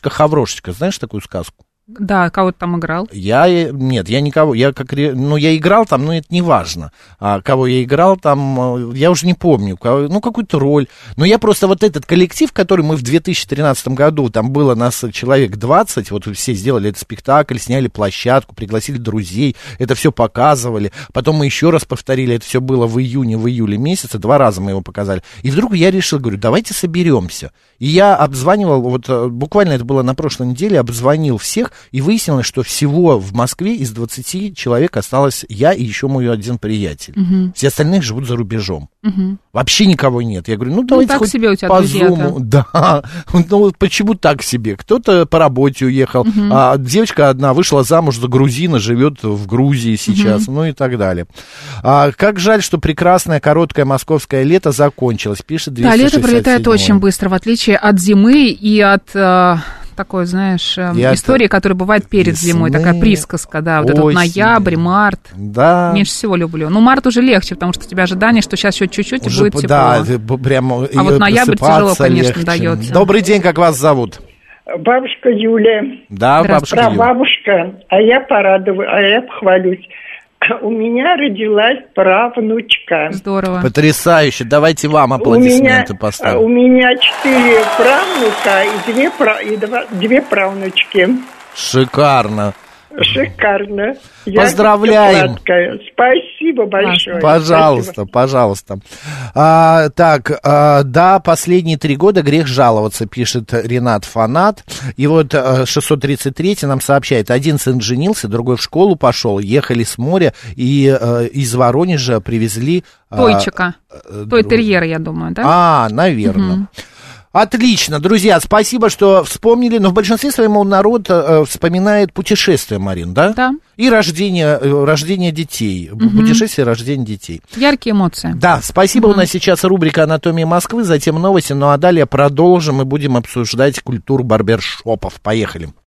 S1: Крошечка-Хаврошечка, знаешь такую сказку?
S2: Да, кого ты там играл?
S1: Я, э, нет, я никого, я как, ре- ну, я играл там, но это не важно, а, кого я играл там, э, я уже не помню, кого- ну, какую-то роль, но я просто вот этот коллектив, который мы в 2013 году, там было нас э, человек 20, вот все сделали этот спектакль, сняли площадку, пригласили друзей, это все показывали, потом мы еще раз повторили, это все было в июне, в июле месяце, два раза мы его показали, и вдруг я решил, говорю, давайте соберемся, и я обзванивал, вот э, буквально это было на прошлой неделе, обзвонил всех, и выяснилось, что всего в Москве из 20 человек осталось я и еще мой один приятель.
S2: Мгм.
S1: Все остальные живут за рубежом.
S2: Мгм.
S1: Вообще никого нет. Я говорю, ну давайте
S2: так
S1: хоть
S2: себе у тебя
S1: по
S2: друзья-то.
S1: Zoom. Да. Ну вот почему так себе? Кто-то по работе уехал,
S2: Мгм.
S1: а девочка одна вышла замуж за грузина, живет в Грузии сейчас, ну и так далее. А, как жаль, что прекрасное короткое московское лето закончилось, пишет
S2: Да,
S1: 267
S2: лето пролетает очень быстро, в отличие от зимы и от э, такой, знаешь, э,
S1: И от
S2: истории, которая бывает перед зимой,
S1: весны,
S2: такая присказка, да, вот этот вот
S1: осени.
S2: ноябрь, март.
S1: Да.
S2: Меньше всего люблю. Ну, март уже легче, потому что у тебя ожидание, что сейчас еще чуть-чуть и
S1: Уже,
S2: будет тепло.
S1: да, э, это б- прямо
S2: А вот ноябрь тяжело, конечно, дается.
S1: дается. Добрый день, как вас зовут?
S10: Бабушка Юля.
S1: Да, бабушка Юля.
S10: Прабабушка, а я порадую, а я похвалюсь. У меня родилась правнучка.
S2: Здорово.
S1: Потрясающе. Давайте вам аплодисменты поставим.
S10: У меня четыре правнука и две, пра- и два- две правнучки.
S1: Шикарно.
S10: Шикарно. Я
S1: Поздравляем.
S10: сладкая. Спасибо большое.
S1: Пожалуйста,
S10: Спасибо.
S1: пожалуйста. А, так, а, да, последние три года грех жаловаться, пишет Ренат Фанат. И вот а, 633 нам сообщает, один сын женился, другой в школу пошел, ехали с моря и а, из Воронежа привезли... а,
S2: Тойчика.
S1: э,
S2: Той
S1: друг-
S2: терьера, я думаю, да?
S1: А, наверное.
S2: Мгм.
S1: Отлично, друзья, спасибо, что вспомнили. Но в большинстве своем народ э, вспоминает путешествия, Марин, да?
S2: Да.
S1: И рождение, э, рождение детей.
S2: Мгм.
S1: Путешествие, рождение детей.
S2: Яркие эмоции.
S1: Да, спасибо. У нас сейчас рубрика «Анатомия Москвы», затем новости. Ну а далее продолжим и будем обсуждать культуру барбершопов. Поехали.